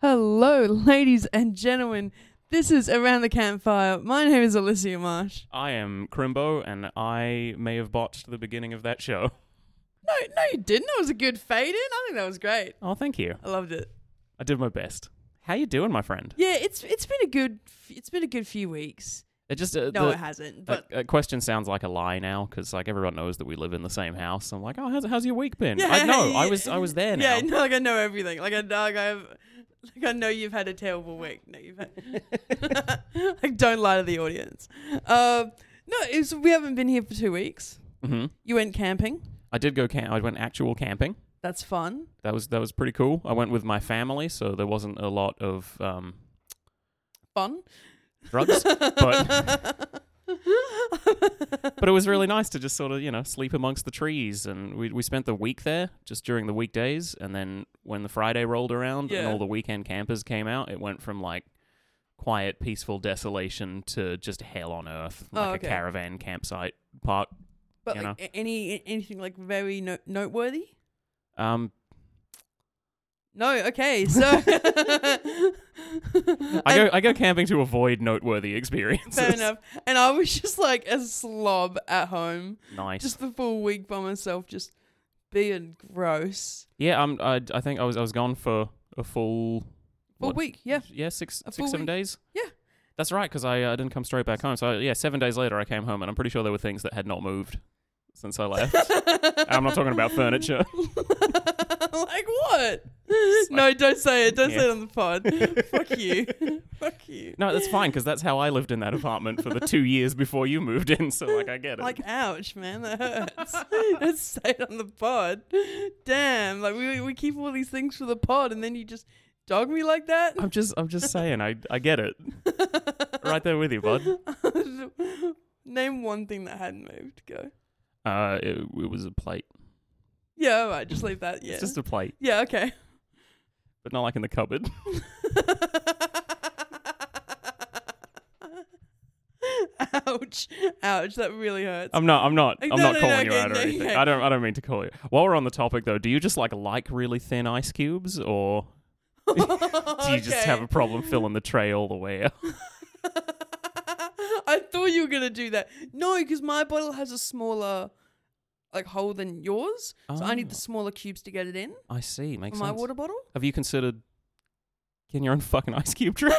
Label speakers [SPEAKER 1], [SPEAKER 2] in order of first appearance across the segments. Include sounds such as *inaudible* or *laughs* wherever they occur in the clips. [SPEAKER 1] Hello, ladies and gentlemen. This is Around the Campfire. My name is Alicia Marsh.
[SPEAKER 2] I am Crimbo, and I may have botched the beginning of that show. *laughs*
[SPEAKER 1] No, no, you didn't. That was a good fade in. I think that was great.
[SPEAKER 2] Oh, thank you.
[SPEAKER 1] I loved it.
[SPEAKER 2] I did my best. How you doing, my friend?
[SPEAKER 1] Yeah, it's it's been a good f- it's been a good few weeks.
[SPEAKER 2] It just uh,
[SPEAKER 1] No,
[SPEAKER 2] the-
[SPEAKER 1] it hasn't.
[SPEAKER 2] that-
[SPEAKER 1] But
[SPEAKER 2] that question sounds like a lie now, because like everyone knows that we live in the same house. I'm like, oh, how's, how's your week
[SPEAKER 1] *laughs*
[SPEAKER 2] been?
[SPEAKER 1] yeah,
[SPEAKER 2] I know. I
[SPEAKER 1] yeah.
[SPEAKER 2] was I was there now.
[SPEAKER 1] Yeah, no, like I know everything. Like I like I have like I know you've had a terrible week. No, you've had *laughs* like don't lie to the audience. Um, no, it's, we haven't been here for two weeks.
[SPEAKER 2] hmm
[SPEAKER 1] You went camping.
[SPEAKER 2] I did go camp. I went actual camping.
[SPEAKER 1] That's fun.
[SPEAKER 2] That was that was pretty cool. I went with my family, so there wasn't a lot of um,
[SPEAKER 1] Fun.
[SPEAKER 2] drugs, but
[SPEAKER 1] *laughs*
[SPEAKER 2] but it was really nice to just sort of you know sleep amongst the trees, and we we spent the week there just during the weekdays, and then when the Friday rolled around and
[SPEAKER 1] Yeah.
[SPEAKER 2] all the weekend campers came out, it went from like quiet, peaceful desolation to just hell on earth,
[SPEAKER 1] Oh,
[SPEAKER 2] like
[SPEAKER 1] okay.
[SPEAKER 2] a caravan campsite park.
[SPEAKER 1] But
[SPEAKER 2] you
[SPEAKER 1] like, a- any anything like very no- noteworthy? *laughs*
[SPEAKER 2] Um,
[SPEAKER 1] No.
[SPEAKER 2] *laughs*
[SPEAKER 1] Okay. So
[SPEAKER 2] I go I go camping to avoid noteworthy *laughs*
[SPEAKER 1] *laughs*
[SPEAKER 2] experiences.
[SPEAKER 1] fair enough. And I was just like a slob at home,
[SPEAKER 2] Nice.
[SPEAKER 1] just the full week by myself, just being gross.
[SPEAKER 2] yeah, um, I I think I was I was gone for a full
[SPEAKER 1] For a
[SPEAKER 2] What?
[SPEAKER 1] week, yeah.
[SPEAKER 2] yeah six
[SPEAKER 1] A
[SPEAKER 2] six
[SPEAKER 1] full
[SPEAKER 2] seven
[SPEAKER 1] week.
[SPEAKER 2] days
[SPEAKER 1] Yeah.
[SPEAKER 2] that's right because I, uh, didn't come straight back home so yeah seven days later i came home and i'm pretty sure there were things that had not moved since i
[SPEAKER 1] *laughs*
[SPEAKER 2] left i'm not talking about furniture
[SPEAKER 1] like what? no, don't say it. Don't say it on the pod. Fuck you. *laughs* Fuck you.
[SPEAKER 2] no that's fine because that's how i lived in that apartment for the two
[SPEAKER 1] *laughs*
[SPEAKER 2] years before you moved in so like i get it
[SPEAKER 1] Like, *laughs* ouch, man, that hurts. *laughs* Let's say it on the pod. Damn, like we we keep all these things for the pod, and then you just dog me like that.
[SPEAKER 2] i'm just i'm just saying i i get it right there with you bud
[SPEAKER 1] *laughs* Name one thing that hadn't moved. Go.
[SPEAKER 2] uh it, it was a plate
[SPEAKER 1] Yeah, all right, just leave that. Yeah.
[SPEAKER 2] it's just a plate
[SPEAKER 1] yeah. Okay. *laughs*
[SPEAKER 2] but not like in the cupboard
[SPEAKER 1] ouch! Ouch! That really hurts. *laughs*
[SPEAKER 2] i'm not i'm not
[SPEAKER 1] Like,
[SPEAKER 2] i'm
[SPEAKER 1] no,
[SPEAKER 2] not
[SPEAKER 1] no, no,
[SPEAKER 2] calling you
[SPEAKER 1] okay,
[SPEAKER 2] out or
[SPEAKER 1] no,
[SPEAKER 2] anything
[SPEAKER 1] okay.
[SPEAKER 2] i don't i don't mean to call you while we're on the topic though do you just like like really thin ice cubes or Do you just have a problem filling the tray all the way up?
[SPEAKER 1] *laughs* I thought you were gonna do that. No, because my bottle has a smaller like hole than yours, so I need the
[SPEAKER 2] Oh.
[SPEAKER 1] smaller cubes to get it in
[SPEAKER 2] I see. Makes
[SPEAKER 1] for my
[SPEAKER 2] sense.
[SPEAKER 1] water
[SPEAKER 2] *laughs*
[SPEAKER 1] bottle. *laughs*
[SPEAKER 2] Have you considered getting your own fucking ice cube tray?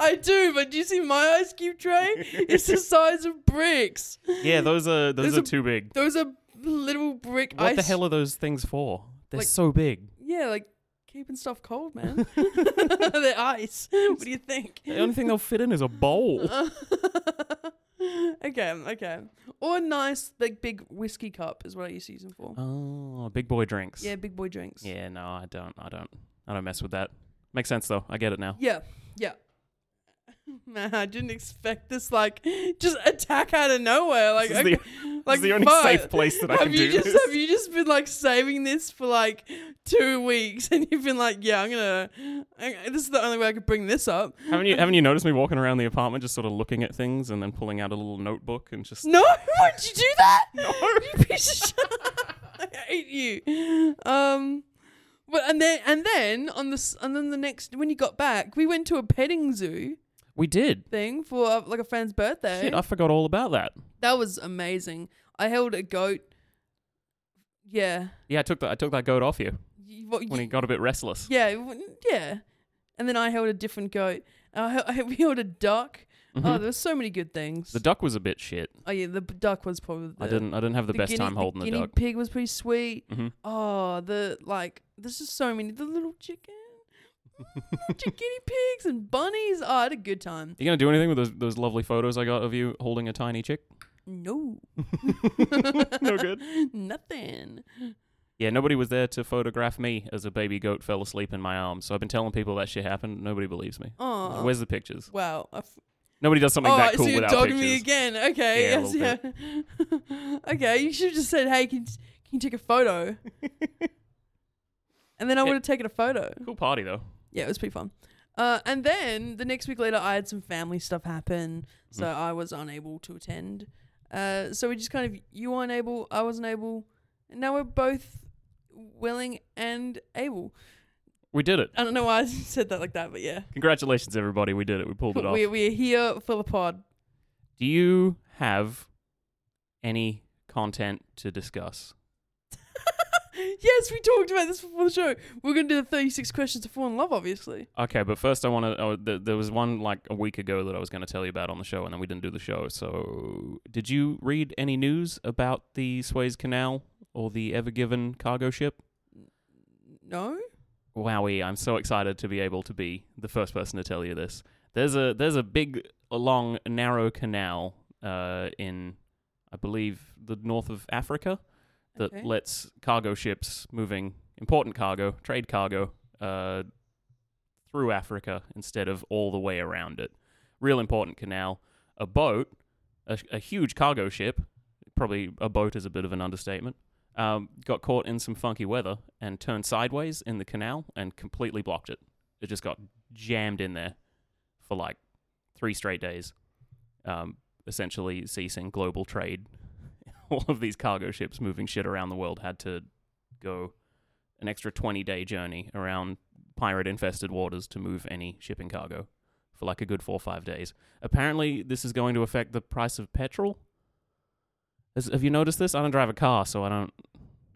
[SPEAKER 1] I do, but do you see my ice cube tray? It's the size of bricks.
[SPEAKER 2] yeah, those are those
[SPEAKER 1] There's
[SPEAKER 2] are
[SPEAKER 1] a-
[SPEAKER 2] too big.
[SPEAKER 1] Those are little brick
[SPEAKER 2] What
[SPEAKER 1] ice.
[SPEAKER 2] the hell are those things for? They're
[SPEAKER 1] Like-
[SPEAKER 2] so big.
[SPEAKER 1] Yeah, like keeping stuff cold, man.
[SPEAKER 2] *laughs*
[SPEAKER 1] *laughs* They're ice. What do you think?
[SPEAKER 2] The only thing they'll fit in is a bowl.
[SPEAKER 1] *laughs* okay, okay. Or a nice like big whiskey cup is what I used to use them for.
[SPEAKER 2] Oh, big boy drinks.
[SPEAKER 1] Yeah, big boy drinks.
[SPEAKER 2] Yeah, no, I don't. I don't. I don't mess with that. Makes sense though. I get it now.
[SPEAKER 1] Yeah. Yeah. *laughs* Man, I didn't expect this like just attack out of nowhere. Like,
[SPEAKER 2] This is
[SPEAKER 1] okay,
[SPEAKER 2] the-
[SPEAKER 1] like
[SPEAKER 2] it's the only
[SPEAKER 1] fuck.
[SPEAKER 2] safe place that I
[SPEAKER 1] have
[SPEAKER 2] can
[SPEAKER 1] you
[SPEAKER 2] do
[SPEAKER 1] just
[SPEAKER 2] this.
[SPEAKER 1] have you just been like saving this for like two weeks *laughs* and you've been like, yeah, I'm gonna. I, this is the only way I could bring this up.
[SPEAKER 2] *laughs* Haven't you haven't you noticed me walking around the apartment just sort of looking at things and then pulling out a little notebook and just
[SPEAKER 1] No, *laughs* why'd you do that? No, you piece of shit. *laughs* I hate you. Um, but and then and then on the s- and then the next when you got back, we went to a petting zoo
[SPEAKER 2] We did.
[SPEAKER 1] thing for uh, like a friend's birthday.
[SPEAKER 2] Shit, I forgot all about that.
[SPEAKER 1] that was amazing. I held a goat. Yeah.
[SPEAKER 2] Yeah, I took that I took that goat off you
[SPEAKER 1] You- what-
[SPEAKER 2] when he got a bit restless.
[SPEAKER 1] yeah, it wouldn't- yeah. And then I held a different goat. I, hel- I *laughs* we held a duck. Oh,
[SPEAKER 2] Mhm.
[SPEAKER 1] there were so many good things.
[SPEAKER 2] The duck was a bit shit.
[SPEAKER 1] oh yeah, the b- duck was probably. The,
[SPEAKER 2] I didn't. I didn't have the, best
[SPEAKER 1] guinea,
[SPEAKER 2] time holding the,
[SPEAKER 1] guinea
[SPEAKER 2] duck.
[SPEAKER 1] pig was pretty sweet.
[SPEAKER 2] Mhm.
[SPEAKER 1] Oh, the like, there's just so many. The little chicken, little *laughs* chi- guinea pigs and bunnies. Oh, I had a good time.
[SPEAKER 2] Mm-hmm. You gonna do anything with those those lovely photos I got of you holding a
[SPEAKER 1] *laughs*
[SPEAKER 2] tiny chick?
[SPEAKER 1] No,
[SPEAKER 2] *laughs* No good.
[SPEAKER 1] *laughs* nothing.
[SPEAKER 2] Yeah, nobody was there to photograph me as a baby goat fell asleep in my arms. So I've been telling people that shit happened. Nobody believes me.
[SPEAKER 1] Oh, uh,
[SPEAKER 2] Where's the pictures?
[SPEAKER 1] wow. I f-
[SPEAKER 2] Nobody does something
[SPEAKER 1] All
[SPEAKER 2] that
[SPEAKER 1] right,
[SPEAKER 2] cool
[SPEAKER 1] Oh, so you're
[SPEAKER 2] without
[SPEAKER 1] dogging
[SPEAKER 2] pictures.
[SPEAKER 1] me again. Okay,
[SPEAKER 2] Yeah, a
[SPEAKER 1] yes, yeah. *laughs* okay, you should have just said, "Hey, can can you take a
[SPEAKER 2] *laughs*
[SPEAKER 1] photo?" and then I
[SPEAKER 2] Yeah.
[SPEAKER 1] would have taken a photo.
[SPEAKER 2] Cool party though.
[SPEAKER 1] yeah, it was pretty fun. Uh, and then the next week later, I had some family stuff happen, so I was unable to attend. Uh, so we just kind of you weren't able, I wasn't able, and now we're both willing and able.
[SPEAKER 2] We did it.
[SPEAKER 1] I don't know why I *laughs* said that like that, but yeah.
[SPEAKER 2] Congratulations, everybody. We did it. We pulled it
[SPEAKER 1] *laughs*
[SPEAKER 2] off.
[SPEAKER 1] We, we're here for the pod. *laughs*
[SPEAKER 2] Do you have any content to discuss?
[SPEAKER 1] Yes, we talked about this before the show. We're going to do the 36 questions to fall in love, obviously.
[SPEAKER 2] Okay, but first I want to. Oh, th- there was one like a week ago that I was going to tell you about on the show, and then we didn't do the show. So, did you read any news about the Suez Canal or the Ever Given cargo ship?
[SPEAKER 1] No?
[SPEAKER 2] Wowie! I'm so excited to be able to be the first person to tell you this. There's a there's a big, long, narrow canal uh, in, I believe, the north of Africa that
[SPEAKER 1] Okay.
[SPEAKER 2] lets cargo ships moving important cargo, trade cargo, uh, through Africa instead of all the way around it. Real important canal. A boat, a, a huge cargo ship, probably a boat is a bit of an understatement, um, got caught in some funky weather and turned sideways in the canal and completely blocked it. It just got jammed in there for like three straight days, um, essentially ceasing global trade *laughs* all of these cargo ships moving shit around the world had to go an extra 20 day journey around pirate infested waters to move any shipping cargo for like a good four or five days. Apparently, this is going to affect the price of petrol. Has, have you noticed this? I don't drive a car, so I don't.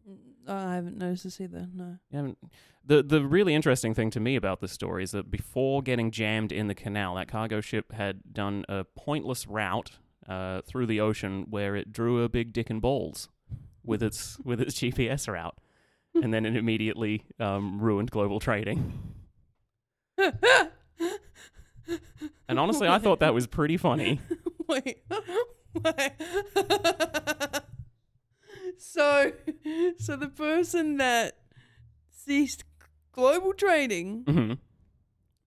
[SPEAKER 1] Mm, I haven't noticed this either, *laughs* no.
[SPEAKER 2] I haven't- The the really interesting thing to me about this story is that before getting jammed in the canal, that cargo ship had done a pointless route uh, through the ocean where it drew a big dick and balls with its with its GPS route, and then it immediately um, ruined global trading. And honestly, I thought that was pretty funny.
[SPEAKER 1] *laughs* Wait. Wait. *laughs* so, so the person that ceased global trading
[SPEAKER 2] Mhm.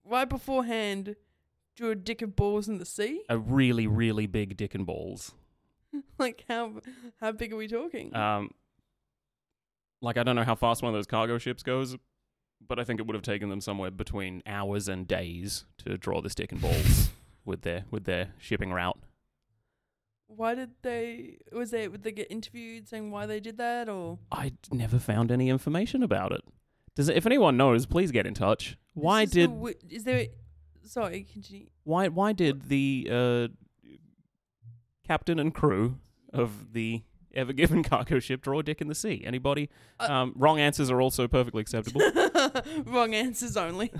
[SPEAKER 1] right beforehand drew a dick of balls in the sea?
[SPEAKER 2] A really really big dick and balls.
[SPEAKER 1] Like, how how big are we talking?
[SPEAKER 2] Um, like I don't know how fast one of those cargo ships goes, but I think it would have taken them somewhere between hours and days to draw the stick and
[SPEAKER 1] *laughs*
[SPEAKER 2] balls with their with their shipping route.
[SPEAKER 1] why did they was they would they get interviewed saying why they did that or
[SPEAKER 2] I d- never found any information about it. Does if anyone knows, please get in touch. Why
[SPEAKER 1] This is
[SPEAKER 2] did
[SPEAKER 1] the wi- is there sorry continue
[SPEAKER 2] why why did the uh, captain and crew of the ever given *laughs* cargo ship draw a dick in the sea? Anybody?
[SPEAKER 1] Uh,
[SPEAKER 2] um, wrong answers are also perfectly acceptable.
[SPEAKER 1] *laughs* wrong answers only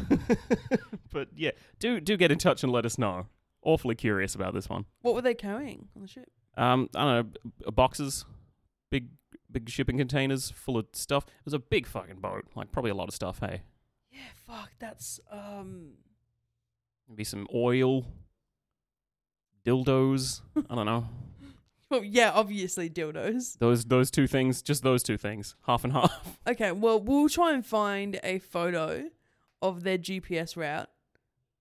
[SPEAKER 2] *laughs* but yeah, do do get in touch and let us know. Awfully curious about this one.
[SPEAKER 1] what were they carrying on the ship
[SPEAKER 2] Um, I don't know, b- b- boxes, big big shipping containers full of stuff. It was a big fucking boat, like probably a lot of stuff. Hey,
[SPEAKER 1] yeah fuck that's um
[SPEAKER 2] maybe some oil, dildos. I don't know.
[SPEAKER 1] well yeah obviously dildos
[SPEAKER 2] Those those two things, just those two things, half and half. *laughs*
[SPEAKER 1] okay well we'll try and find a photo of their gps route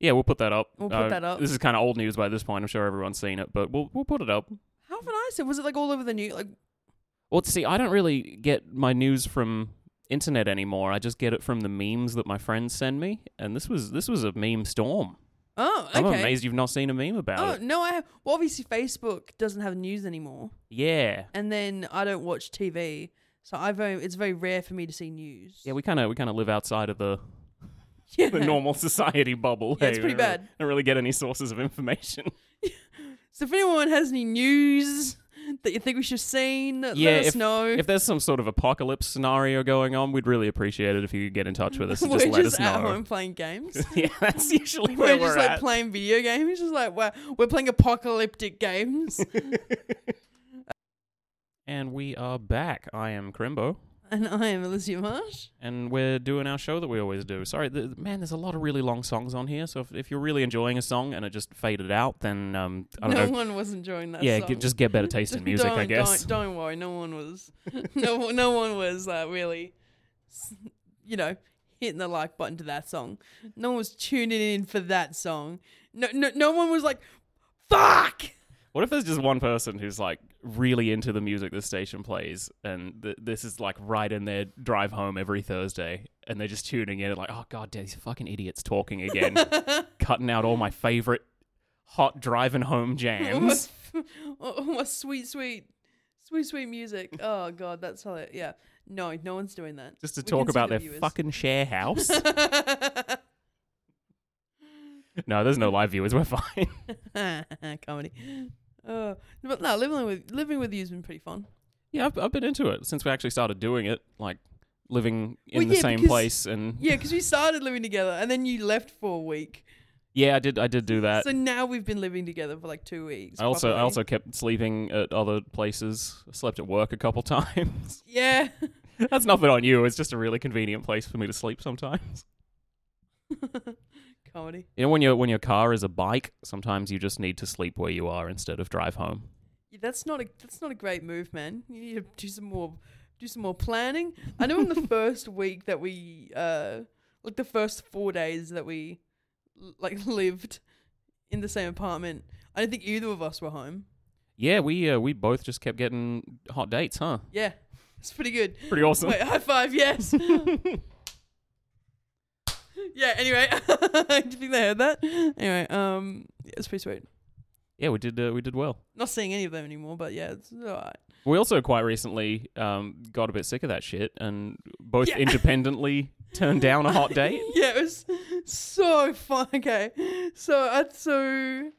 [SPEAKER 2] Yeah, we'll put that up. Uh,
[SPEAKER 1] We'll put that up.
[SPEAKER 2] This is kind of old news by this point. I'm sure everyone's seen it, but we'll we'll put it up.
[SPEAKER 1] how have i said was it like all over the new like
[SPEAKER 2] Well, see, I don't really get my news from internet anymore. I just get it from the memes that my friends send me, and this was this was a meme storm.
[SPEAKER 1] oh okay
[SPEAKER 2] I'm amazed you've not seen a meme about
[SPEAKER 1] oh
[SPEAKER 2] it.
[SPEAKER 1] no i have well obviously facebook doesn't have news anymore
[SPEAKER 2] Yeah,
[SPEAKER 1] and then I don't watch TV, so I very it's very rare for me to see news.
[SPEAKER 2] yeah, we kind of we kind of live outside of the
[SPEAKER 1] *laughs* yeah.
[SPEAKER 2] the normal society bubble.
[SPEAKER 1] Yeah, it's
[SPEAKER 2] Hey,
[SPEAKER 1] pretty
[SPEAKER 2] we don't really-
[SPEAKER 1] bad.
[SPEAKER 2] don't really get any sources of information. *laughs*
[SPEAKER 1] So if anyone has any news that you think we should have seen,
[SPEAKER 2] Yeah,
[SPEAKER 1] let us know. *laughs*
[SPEAKER 2] if there's some sort of apocalypse scenario going on, we'd really appreciate it if you could get in touch with us
[SPEAKER 1] *laughs*
[SPEAKER 2] and
[SPEAKER 1] we're
[SPEAKER 2] just
[SPEAKER 1] just,
[SPEAKER 2] let us
[SPEAKER 1] at
[SPEAKER 2] know.
[SPEAKER 1] home playing games.
[SPEAKER 2] *laughs* yeah, that's usually
[SPEAKER 1] we're
[SPEAKER 2] where
[SPEAKER 1] just
[SPEAKER 2] we're
[SPEAKER 1] like
[SPEAKER 2] at.
[SPEAKER 1] playing video games. Just like we're we're playing apocalyptic
[SPEAKER 2] *laughs*
[SPEAKER 1] games.
[SPEAKER 2] and we are back. I am Crimbo.
[SPEAKER 1] and I am Alicia Marsh.
[SPEAKER 2] and we're doing our show that we always do. Sorry, th- man, there's a lot of really long songs on here. So if, if you're really enjoying a song and it just faded out, then um, I don't
[SPEAKER 1] No
[SPEAKER 2] know.
[SPEAKER 1] one was enjoying that.
[SPEAKER 2] Yeah,
[SPEAKER 1] song.
[SPEAKER 2] g- just get better
[SPEAKER 1] *laughs*
[SPEAKER 2] taste in music,
[SPEAKER 1] don't,
[SPEAKER 2] I guess.
[SPEAKER 1] Don't, don't worry, no one was, *laughs* no, one- no one was uh, really, s- you know, hitting the like button to that song. No one was tuning in for that song. No, no, no one was like, "Fuck." *laughs*
[SPEAKER 2] What if there's just one person who's like really into the music this station plays, and th- this is like right in their drive home every Thursday, and they're just tuning in and like, oh god, damn, these fucking idiots talking
[SPEAKER 1] *laughs*
[SPEAKER 2] again, cutting out all my favorite hot driving home jams.
[SPEAKER 1] *laughs* What, *laughs*
[SPEAKER 2] *laughs*
[SPEAKER 1] what sweet, sweet, sweet, sweet music. Oh God, that's how it. Yeah. No, no one's doing that.
[SPEAKER 2] just to
[SPEAKER 1] We can
[SPEAKER 2] talk
[SPEAKER 1] see
[SPEAKER 2] about
[SPEAKER 1] the
[SPEAKER 2] their
[SPEAKER 1] viewers.
[SPEAKER 2] fucking
[SPEAKER 1] *laughs*
[SPEAKER 2] share house. no, there's no live viewers. We're fine. *laughs*
[SPEAKER 1] Comedy. Uh, but no, living with living with you's been pretty fun.
[SPEAKER 2] Yeah, I've, I've been into it since we actually started doing it, like living in
[SPEAKER 1] Well,
[SPEAKER 2] the
[SPEAKER 1] yeah,
[SPEAKER 2] same
[SPEAKER 1] because-
[SPEAKER 2] place. And
[SPEAKER 1] Yeah, because we started living together and then you left for a week.
[SPEAKER 2] yeah, I did. I did do that.
[SPEAKER 1] so now we've been living together for like two weeks.
[SPEAKER 2] Uh, I also I
[SPEAKER 1] properly.
[SPEAKER 2] also kept sleeping at other places. I slept at work a couple *laughs* times.
[SPEAKER 1] yeah. *laughs*
[SPEAKER 2] That's nothing on you. It's just a really convenient place for me to sleep sometimes.
[SPEAKER 1] Comedy.
[SPEAKER 2] You know, when your when your car is a bike, sometimes you just need to sleep where you are instead of drive home.
[SPEAKER 1] Yeah, that's not a that's not a great move, man. You need to do some more do some more planning. I know in
[SPEAKER 2] *laughs*
[SPEAKER 1] the first week that we uh like the first four days that we l- like *laughs* lived in the same apartment, I don't think either of us were home.
[SPEAKER 2] Yeah, we uh, we both just kept getting hot dates, huh?
[SPEAKER 1] Yeah, it's pretty good.
[SPEAKER 2] Pretty awesome.
[SPEAKER 1] Wait, high five, yes. yeah. Anyway, *laughs* do you think they heard that? Anyway, um, yeah, it's pretty sweet.
[SPEAKER 2] Yeah, we did uh, we did well.
[SPEAKER 1] Not seeing any of them anymore, but yeah, it's alright.
[SPEAKER 2] We also quite recently um, got a bit sick of that shit and both
[SPEAKER 1] Yeah. *laughs*
[SPEAKER 2] independently turned down a hot date.
[SPEAKER 1] yeah, it was so fun. Okay, so I so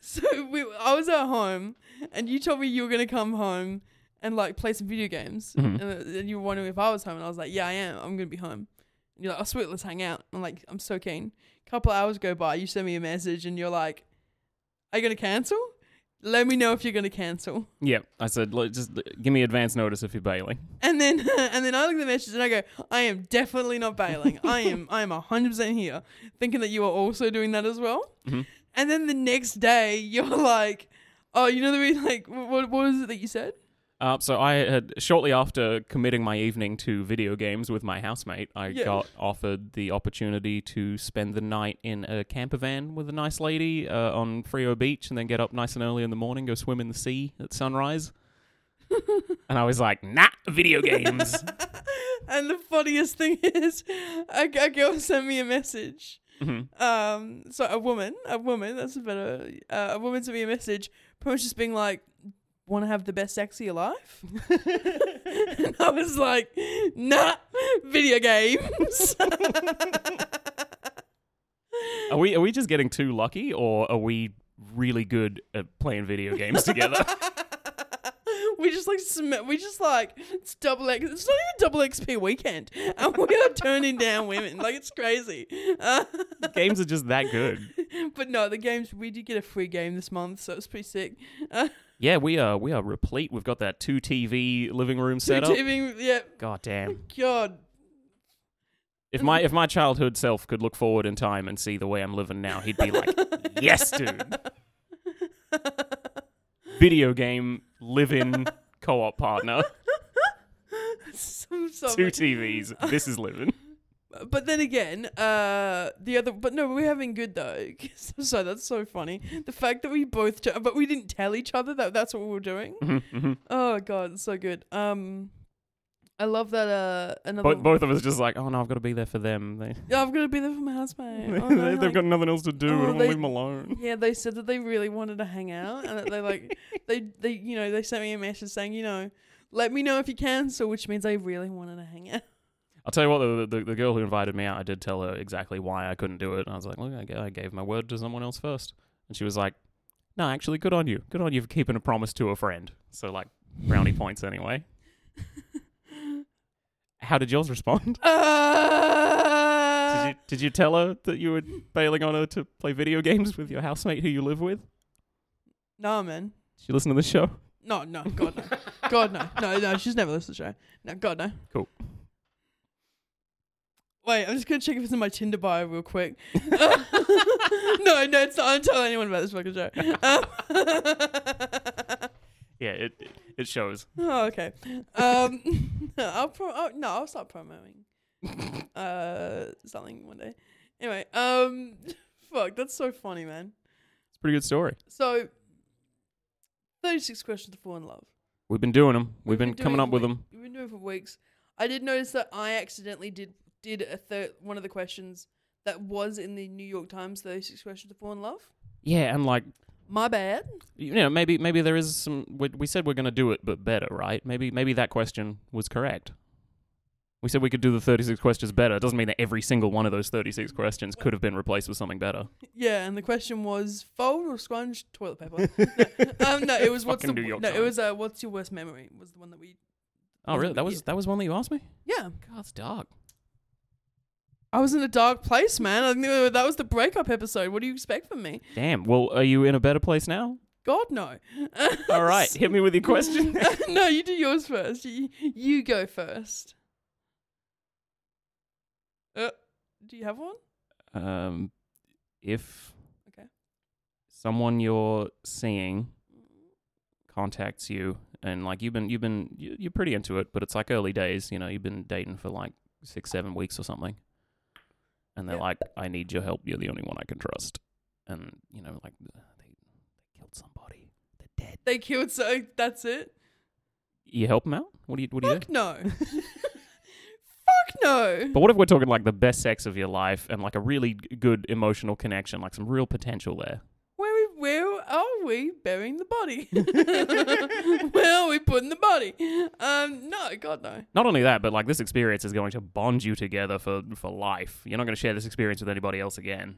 [SPEAKER 1] so we I was at home, and you told me you were gonna come home and like play some video games,
[SPEAKER 2] Mhm.
[SPEAKER 1] and, and you were wondering if I was home, and I was like, yeah, I am. I'm gonna be home. And you're like, oh sweet, let's hang out. I'm like, I'm so keen. Couple hours go by, you send me a message, and you're like, are you gonna cancel? Let me know if you're gonna cancel.
[SPEAKER 2] Yeah, I said, "Look, just uh, give me advance notice if you're bailing.
[SPEAKER 1] And then *laughs* and then I look at the message and I go, I am definitely not bailing. I am I am hundred percent here, thinking that you are also doing that as well.
[SPEAKER 2] Mhm.
[SPEAKER 1] And then the next day you're like, oh, you know the reason like wh- what what was it that you said?
[SPEAKER 2] Uh, so I had shortly after committing my evening to video games with my housemate, I
[SPEAKER 1] Yeah.
[SPEAKER 2] got offered the opportunity to spend the night in a camper van with a nice lady uh, on Frio Beach, and then get up nice and early in the morning, go swim in the sea
[SPEAKER 1] *laughs*
[SPEAKER 2] at sunrise. and I was like, "Nah,
[SPEAKER 1] *laughs*
[SPEAKER 2] video games."
[SPEAKER 1] And the funniest thing *laughs* is, a, g- a girl sent me a message.
[SPEAKER 2] Mhm.
[SPEAKER 1] Um, so a woman, a woman, that's a better, uh, a woman sent me a message, pretty much just being like, "Want to have the best sex of your life?" and I was like, "Nah, video games."
[SPEAKER 2] *laughs* Are we are we just getting too lucky, or are we really good at playing
[SPEAKER 1] *laughs*
[SPEAKER 2] video games together? *laughs*
[SPEAKER 1] we just like sm- we just like it's double X. It's not even double XP weekend, and we are turning down women like it's crazy. Uh,
[SPEAKER 2] games are just that good.
[SPEAKER 1] but no, the games we did get a free game this month, so it's pretty sick. Uh,
[SPEAKER 2] Yeah, we are we are replete. We've got that two TV living room set up.
[SPEAKER 1] TV, yeah,
[SPEAKER 2] God damn.
[SPEAKER 1] *laughs* God,
[SPEAKER 2] If my if my childhood self could look forward in time and see the way I'm living now, he'd
[SPEAKER 1] *laughs*
[SPEAKER 2] be like, "Yes, dude." Video game live-in co-op partner,
[SPEAKER 1] so, *laughs* so
[SPEAKER 2] two TVs. This is living.
[SPEAKER 1] *laughs* But then again, uh, the other, but no, we're having good though. *laughs* so that's so funny. The fact that we both, t- but we didn't tell each other that that's what we were doing.
[SPEAKER 2] Mhm, mhm.
[SPEAKER 1] Oh god, it's so good. Um, I love that. Uh, another.
[SPEAKER 2] Bo- both of us just like, "Oh no, I've got to be there for them. They,
[SPEAKER 1] Yeah, I'm gonna be there for my
[SPEAKER 2] *laughs*
[SPEAKER 1] housemate. Oh,
[SPEAKER 2] they,
[SPEAKER 1] no,
[SPEAKER 2] have
[SPEAKER 1] like-
[SPEAKER 2] got nothing else to
[SPEAKER 1] Oh,
[SPEAKER 2] do. I don't want to
[SPEAKER 1] they-
[SPEAKER 2] leave them alone."
[SPEAKER 1] Yeah, they said that they really wanted to hang out, and that they like they they you know they sent me a message saying you know let me know if you cancel, which means they really wanted to hang out.
[SPEAKER 2] I'll tell you what, the, the the girl who invited me out, I did tell her exactly why I couldn't do it. And I was like, "Look, I g- I gave my word to someone else first. and she was like, "No, actually, good on you. Good on you for keeping a promise to a friend." So like,
[SPEAKER 1] *laughs*
[SPEAKER 2] brownie points *laughs* anyway. How did yours respond?
[SPEAKER 1] Uh,
[SPEAKER 2] Did you, did you tell her that you were bailing on her to play video games with your housemate who you live with?
[SPEAKER 1] nah, man.
[SPEAKER 2] Did she listen to the show?
[SPEAKER 1] No, no, God no, God no, no, no. She's never listened to the show. No, God no.
[SPEAKER 2] Cool.
[SPEAKER 1] Wait, I'm just gonna check if it's in my Tinder bio real
[SPEAKER 2] *laughs*
[SPEAKER 1] quick. *laughs* no, no, it's not. I'm telling anyone about this fucking show.
[SPEAKER 2] *laughs*
[SPEAKER 1] *laughs* Um,
[SPEAKER 2] Yeah, it it- it shows.
[SPEAKER 1] Oh, okay. Um, *laughs* I'll pro- oh, no, I'll start
[SPEAKER 2] *laughs*
[SPEAKER 1] promoting uh something one day. Anyway, um, *laughs* fuck, that's so funny, man.
[SPEAKER 2] It's a pretty good story.
[SPEAKER 1] So, thirty-six questions to fall in love.
[SPEAKER 2] We've been doing them. We've, been,
[SPEAKER 1] doing
[SPEAKER 2] coming
[SPEAKER 1] it
[SPEAKER 2] up
[SPEAKER 1] for
[SPEAKER 2] with
[SPEAKER 1] wee-
[SPEAKER 2] them.
[SPEAKER 1] We've been doing it for weeks. I did notice that I accidentally did did a thir- one of the questions that was in the New York Times thirty-six questions to fall in love.
[SPEAKER 2] Yeah, and like
[SPEAKER 1] My bad.
[SPEAKER 2] you know maybe maybe there is some we, we said we're going to do it but better right maybe maybe that question was correct We said we could do the 36 questions better. It doesn't mean that every single one of those 36 questions could have been replaced with something better.
[SPEAKER 1] *laughs* Yeah, and the question was fold or scrunch toilet
[SPEAKER 2] *laughs*
[SPEAKER 1] paper. no, um, no, it was what's the,
[SPEAKER 2] Fucking
[SPEAKER 1] no,
[SPEAKER 2] New York
[SPEAKER 1] it
[SPEAKER 2] Times.
[SPEAKER 1] was uh, what's your worst memory was the one that we
[SPEAKER 2] Oh, really? That was that was one that you asked me?
[SPEAKER 1] yeah.
[SPEAKER 2] God, it's dark.
[SPEAKER 1] I was in a dark place, man. I knew that was the breakup episode. What do you expect from me?
[SPEAKER 2] Damn. Well, are you in a better place
[SPEAKER 1] *laughs*
[SPEAKER 2] now?
[SPEAKER 1] God no.
[SPEAKER 2] All right, hit me with your question.
[SPEAKER 1] *laughs* no, you do yours first. You, you go first. Uh, do you have one?
[SPEAKER 2] um, if
[SPEAKER 1] Okay.
[SPEAKER 2] someone you're seeing contacts you and like you've been you've been you- you're pretty into it, but it's like early days. You know, you've been dating for like six seven weeks or something, and they're
[SPEAKER 1] Yeah.
[SPEAKER 2] like, "I need your help. You're the only one I can trust." And you know, like they, they killed somebody. They're dead.
[SPEAKER 1] They killed so that's it.
[SPEAKER 2] You help them out? What do you What do you do?
[SPEAKER 1] Fuck
[SPEAKER 2] *laughs*
[SPEAKER 1] no. Fuck no.
[SPEAKER 2] But what if we're talking like the best sex of your life and like a really g- good emotional connection, like some real potential there?
[SPEAKER 1] Where we, where are we burying the
[SPEAKER 2] *laughs*
[SPEAKER 1] body? *laughs* where are we putting the body? Um, no, God no.
[SPEAKER 2] Not only that, but like this experience is going to bond you together for for life. You're not going to share this experience with anybody else again.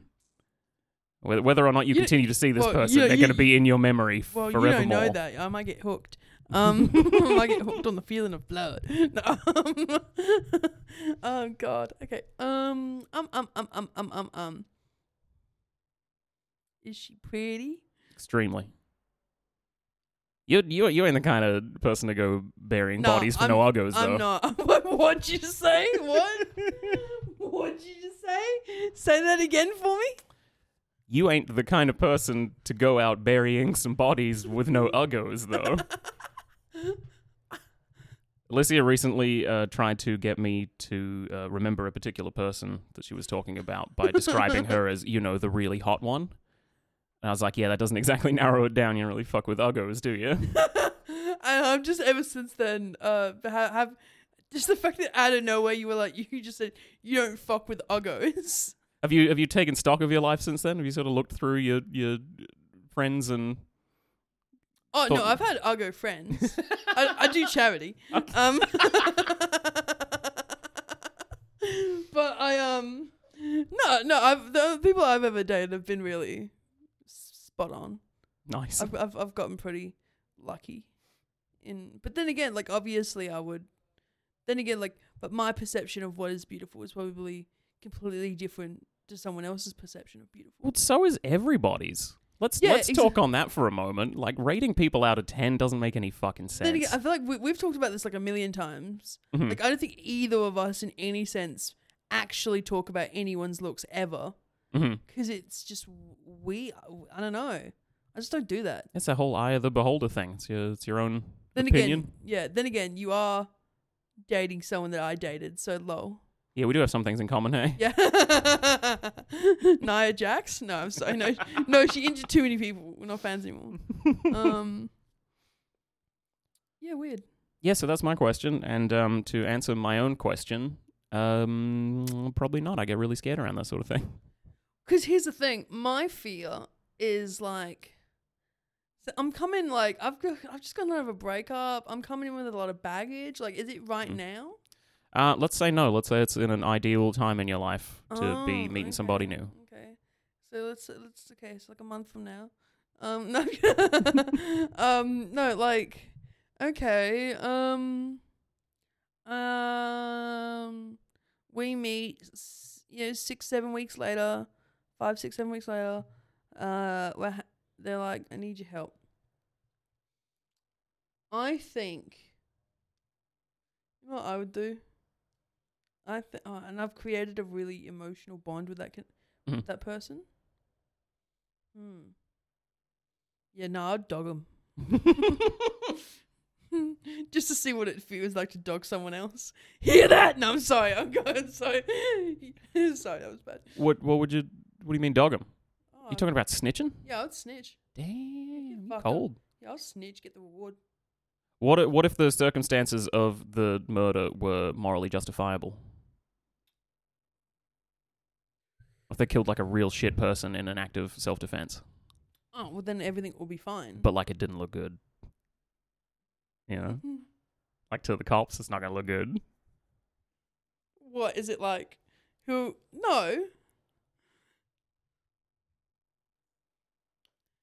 [SPEAKER 2] Whether whether or not you,
[SPEAKER 1] You-
[SPEAKER 2] continue to see this
[SPEAKER 1] well, you
[SPEAKER 2] person,
[SPEAKER 1] know,
[SPEAKER 2] they're
[SPEAKER 1] you-
[SPEAKER 2] going to be in your memory f-
[SPEAKER 1] Well,
[SPEAKER 2] forevermore.
[SPEAKER 1] you don't know that. I might get hooked. Um, *laughs* I might get hooked on the feeling of blood. *laughs* No. um, *laughs* oh God. Okay. Um. Um. Um. Um. Um. Um. Um. Um. Is she pretty?
[SPEAKER 2] Extremely. You're, you're, you ain't the kind of person to go burying
[SPEAKER 1] No,
[SPEAKER 2] bodies for
[SPEAKER 1] I'm-
[SPEAKER 2] no argos, though.
[SPEAKER 1] I'm not. *laughs* What- What'd you say? What? What'd you just say? Say that again for me.
[SPEAKER 2] You ain't the kind of person to go out burying some bodies with no uggos, though. Alicia recently uh, tried to get me to uh, remember a particular person that she was talking about by describing her as, you know, the really hot one. And I was like, yeah, that doesn't exactly narrow it down. You don't really fuck with uggos, do you?
[SPEAKER 1] and I've just ever since then uh have, have just the fact that out of nowhere you were like *laughs* you just said you don't fuck with uggos.
[SPEAKER 2] have you have you taken stock of your life since then? Have you sort of looked through your your friends and
[SPEAKER 1] Oh no,
[SPEAKER 2] Thought-
[SPEAKER 1] I've had uggo
[SPEAKER 2] *laughs*
[SPEAKER 1] friends. I, I do charity. Um, *laughs* but I um no no I've the people I've ever dated have been really s- spot on.
[SPEAKER 2] nice?
[SPEAKER 1] I've, I've I've gotten pretty lucky in but then again like obviously I would then again like but my perception of what is beautiful is probably completely different to someone else's perception of beautiful.
[SPEAKER 2] Well, so is everybody's. Let's
[SPEAKER 1] Yeah,
[SPEAKER 2] let's
[SPEAKER 1] exa-
[SPEAKER 2] talk on that for a moment. Like rating people out of ten doesn't make any fucking sense.
[SPEAKER 1] Then again, I feel like we, we've talked about this like a million times.
[SPEAKER 2] Mhm.
[SPEAKER 1] Like I don't think either of us in any sense actually talk about anyone's looks ever
[SPEAKER 2] Mhm.
[SPEAKER 1] because it's just we I don't know. I just don't do that.
[SPEAKER 2] It's a whole eye of the beholder thing. It's your it's your own
[SPEAKER 1] Then
[SPEAKER 2] opinion.
[SPEAKER 1] again, yeah. Then again, you are dating someone that I dated, so lol.
[SPEAKER 2] Yeah, we do have some things in common, hey?
[SPEAKER 1] Yeah. *laughs* Nia Jax? No, I'm sorry. No, no, she injured too many people. We're not fans anymore. Um. Yeah, weird.
[SPEAKER 2] Yeah, so that's my question. And um, to answer my own question, um, probably not. I get really scared around that sort of thing. *laughs*
[SPEAKER 1] Because here's the thing, my fear is like, so I'm coming like I've got, I've just gotten out of a breakup. I'm coming in with a lot of baggage. Like, is it right
[SPEAKER 2] Mm.
[SPEAKER 1] now?
[SPEAKER 2] Uh, let's say no. Let's say it's in an ideal time in your life to
[SPEAKER 1] Oh,
[SPEAKER 2] be meeting somebody
[SPEAKER 1] okay,
[SPEAKER 2] new.
[SPEAKER 1] Okay, so let's let's okay, so like a month from now. Um, *laughs* no, um, no, like, okay, um, um, we meet, s- you know, six seven weeks later, five six seven weeks later. Uh, we're ha- they're like, I need your help. I think. You know what I would do? I th- oh, and I've created a really emotional bond with that con-
[SPEAKER 2] Mhm.
[SPEAKER 1] with that person. Hmm. Yeah, no, I'd dog them. *laughs* Just to see what it feels like to dog someone else. *laughs* Hear that? No, I'm sorry. I'm going. Sorry. *laughs* sorry, that was bad.
[SPEAKER 2] What what would you what do you mean dog 'em?
[SPEAKER 1] Oh,
[SPEAKER 2] You talking about snitching?
[SPEAKER 1] yeah, I'd snitch.
[SPEAKER 2] Damn,
[SPEAKER 1] fuck 'em.
[SPEAKER 2] cold.
[SPEAKER 1] Yeah, I'll snitch, get the reward.
[SPEAKER 2] What i- what if the circumstances of the murder were morally justifiable? If they killed like a real shit person in an act of self defense,
[SPEAKER 1] Oh, well, then everything will be fine. *laughs*
[SPEAKER 2] but like it didn't look good. You know,
[SPEAKER 1] Mhm.
[SPEAKER 2] like to the cops, it's not gonna look good.
[SPEAKER 1] What is it like? Who? No.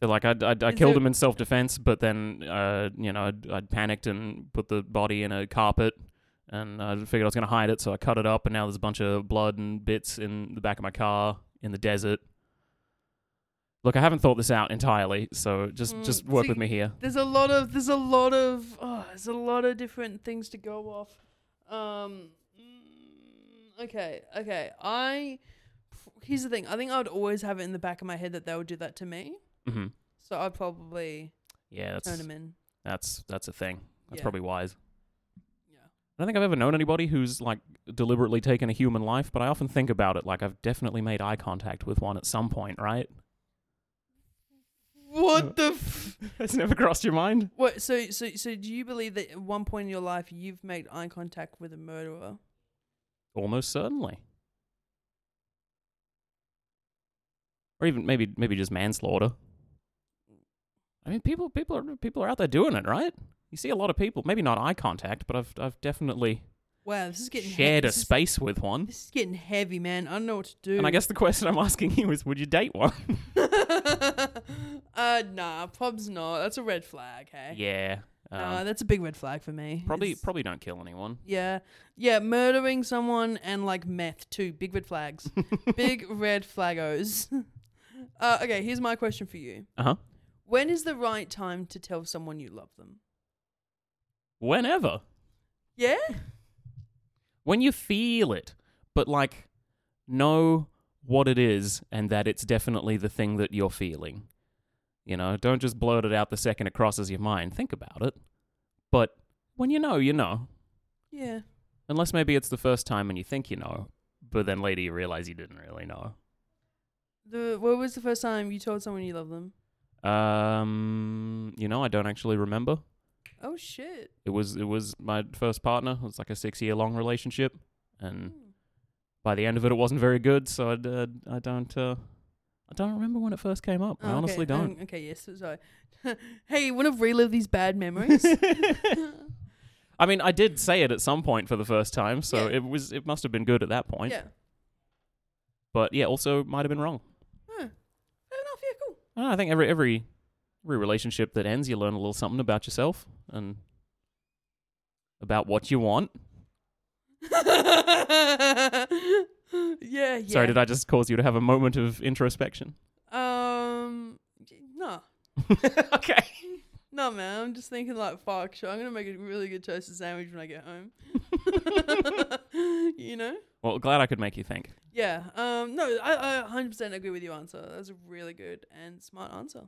[SPEAKER 2] They're like, I, I, I
[SPEAKER 1] Is
[SPEAKER 2] killed
[SPEAKER 1] it-
[SPEAKER 2] him in self defense, but then, uh, you know, I'd, I'd panicked and put the body in a carpet and I figured I was going to hide it, so I cut it up, and now there's a bunch of blood and bits in the back of my car in the desert. Look, I haven't thought this out entirely, so just,
[SPEAKER 1] Mm,
[SPEAKER 2] just work
[SPEAKER 1] see-
[SPEAKER 2] with me here.
[SPEAKER 1] There's a lot of there's a lot of oh, there's a lot of different things to go off. Um. mm, Okay. Okay. I. Here's the thing. I think I would always have it in the back of my head that they would do that to me.
[SPEAKER 2] hmm
[SPEAKER 1] So I'd probably
[SPEAKER 2] Yeah,
[SPEAKER 1] turn
[SPEAKER 2] that's,
[SPEAKER 1] them in.
[SPEAKER 2] that's, that's a thing. That's
[SPEAKER 1] Yeah.
[SPEAKER 2] probably wise.
[SPEAKER 1] Yeah.
[SPEAKER 2] I don't think I've ever known anybody who's like deliberately taken a human life, but I often think about it like I've definitely made eye contact with one at some point, right?
[SPEAKER 1] What the? F-
[SPEAKER 2] *laughs* It's never crossed your mind.
[SPEAKER 1] what? So so so do you believe that at one point in your life you've made eye contact with a murderer?
[SPEAKER 2] Almost certainly. Or even maybe maybe just manslaughter. I mean people people are people are out there doing it, right? You see a lot of people, maybe not eye contact, but I've I've definitely
[SPEAKER 1] Wow, this is getting he-
[SPEAKER 2] shared a
[SPEAKER 1] this is-
[SPEAKER 2] space with one.
[SPEAKER 1] This is getting heavy, man. I don't know what to do.
[SPEAKER 2] And I guess the question I'm asking you is would you date one?
[SPEAKER 1] *laughs* uh, nah, prob's not. That's a red flag. Hey.
[SPEAKER 2] yeah. Um,
[SPEAKER 1] Nah, that's a big red flag for me.
[SPEAKER 2] probably
[SPEAKER 1] It's-
[SPEAKER 2] probably don't kill anyone.
[SPEAKER 1] Yeah, yeah, murdering someone and like meth too. Big red
[SPEAKER 2] *laughs*
[SPEAKER 1] flags. big red flaggos. *laughs* uh, okay, here's my question for you.
[SPEAKER 2] Uh-huh.
[SPEAKER 1] When is the right time to tell someone you love them?
[SPEAKER 2] Whenever.
[SPEAKER 1] Yeah.
[SPEAKER 2] when you feel it, but like know what it is and that it's definitely the thing that you're feeling. You know, don't just blurt it out the second it crosses your mind. Think about it. But when you know, you know.
[SPEAKER 1] Yeah.
[SPEAKER 2] Unless maybe it's the first time and you think you know, but then later you realize you didn't really know.
[SPEAKER 1] The what was the first time you told someone you love them?
[SPEAKER 2] Um, you know, I don't actually remember.
[SPEAKER 1] Oh shit.
[SPEAKER 2] It was it was my first partner. It was like a 6-year long relationship and
[SPEAKER 1] Mm.
[SPEAKER 2] by the end of it, it wasn't very good. So I, uh, I don't, uh, I don't remember when it first came up.
[SPEAKER 1] Oh,
[SPEAKER 2] I
[SPEAKER 1] okay,
[SPEAKER 2] honestly don't.
[SPEAKER 1] um, okay, yes, sorry. *laughs* hey, you want to relive these bad memories? *laughs*
[SPEAKER 2] I mean, I did say it at some point for the first time, so
[SPEAKER 1] Yeah.
[SPEAKER 2] it was, it must have been good at that *laughs* point.
[SPEAKER 1] yeah.
[SPEAKER 2] But yeah, also might have been wrong.
[SPEAKER 1] Huh. Fair enough. Yeah, cool.
[SPEAKER 2] I, don't know, I think every every every relationship that ends, you learn a little something about yourself and about what you want.
[SPEAKER 1] *laughs* yeah, yeah.
[SPEAKER 2] Sorry, did I just cause you to have a moment of
[SPEAKER 1] *laughs*
[SPEAKER 2] introspection? *laughs*
[SPEAKER 1] Um, no,
[SPEAKER 2] okay.
[SPEAKER 1] no, man. I'm just thinking like, fuck. Sure, I'm gonna make a really good toasted sandwich when I get home. *laughs* you know?
[SPEAKER 2] Well, glad I could make you think.
[SPEAKER 1] Yeah. Um. No, I, I 100% agree with your answer. That was a really good and smart answer.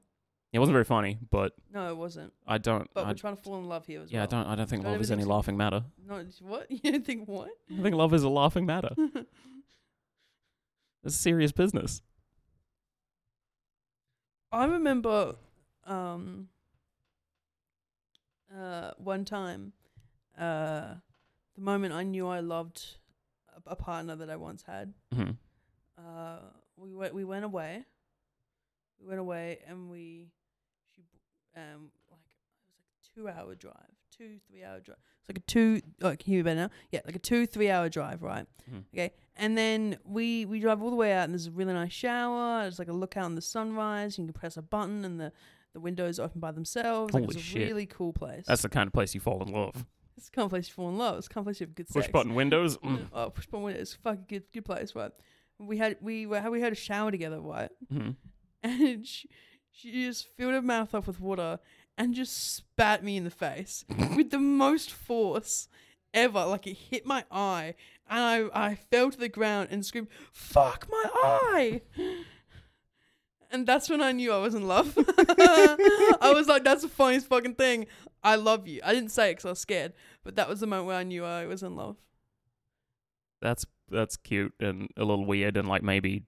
[SPEAKER 2] It wasn't very funny, but
[SPEAKER 1] No, it wasn't.
[SPEAKER 2] I don't.
[SPEAKER 1] But
[SPEAKER 2] I,
[SPEAKER 1] we're trying to fall in love here as
[SPEAKER 2] yeah, I
[SPEAKER 1] well.
[SPEAKER 2] don't. I don't think
[SPEAKER 1] Don't
[SPEAKER 2] love is
[SPEAKER 1] even
[SPEAKER 2] any
[SPEAKER 1] ex-
[SPEAKER 2] laughing matter.
[SPEAKER 1] No, it's- what? *laughs* You don't think what?
[SPEAKER 2] I think love is a laughing matter. *laughs* it's serious business.
[SPEAKER 1] I remember um uh one time uh the moment I knew I loved a, a partner that I once had.
[SPEAKER 2] Mm-hmm.
[SPEAKER 1] Uh we went we went away. We went away and we she b- um like it was like a 2 hour drive, 2 3 hour drive. It's like a 2 like can you hear me better now? Yeah, like a 2 3 hour drive, right?
[SPEAKER 2] Mm-hmm.
[SPEAKER 1] Okay. And then we we drive all the way out, and there's a really nice shower. There's like a look out on the sunrise. You can press a button, and the the windows open by themselves. like
[SPEAKER 2] Holy
[SPEAKER 1] it's
[SPEAKER 2] shit.
[SPEAKER 1] a really cool place.
[SPEAKER 2] That's the kind of place you fall in *laughs* love.
[SPEAKER 1] it's the kind of place you fall in love. It's the kind of place you have good
[SPEAKER 2] Push
[SPEAKER 1] sex.
[SPEAKER 2] button windows. Mm.
[SPEAKER 1] Oh, push button window. It's a fucking good good place, right? We had we were we had a shower together, right?
[SPEAKER 2] Mhm.
[SPEAKER 1] *laughs* And she, she just filled her mouth up with water and just spat me in the face with the most force ever. Like it hit my eye, and I I fell to the ground and screamed, "Fuck my eye!" *laughs* And that's when I knew I was in love. *laughs* I was like, "That's the funniest fucking thing. I love you." I didn't say it because I was scared, but that was the moment where I knew I was in love.
[SPEAKER 2] That's that's cute and a little weird and like maybe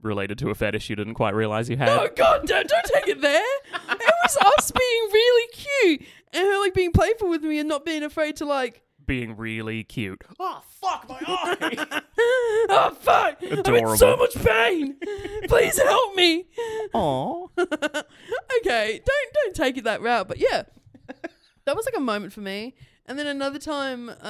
[SPEAKER 2] related to a fetish you didn't quite realize you had.
[SPEAKER 1] Oh god, don't, don't take it there. It was us being really cute and her like being playful with me and not being afraid to like *laughs*
[SPEAKER 2] Being really *laughs* cute.
[SPEAKER 1] Oh fuck my eye. oh fuck. I'm in
[SPEAKER 2] Adorable.
[SPEAKER 1] so much pain. Please help me. *laughs*
[SPEAKER 2] Aww.
[SPEAKER 1] okay, don't don't take it that route, but yeah. That was like a moment for me. And then another time uh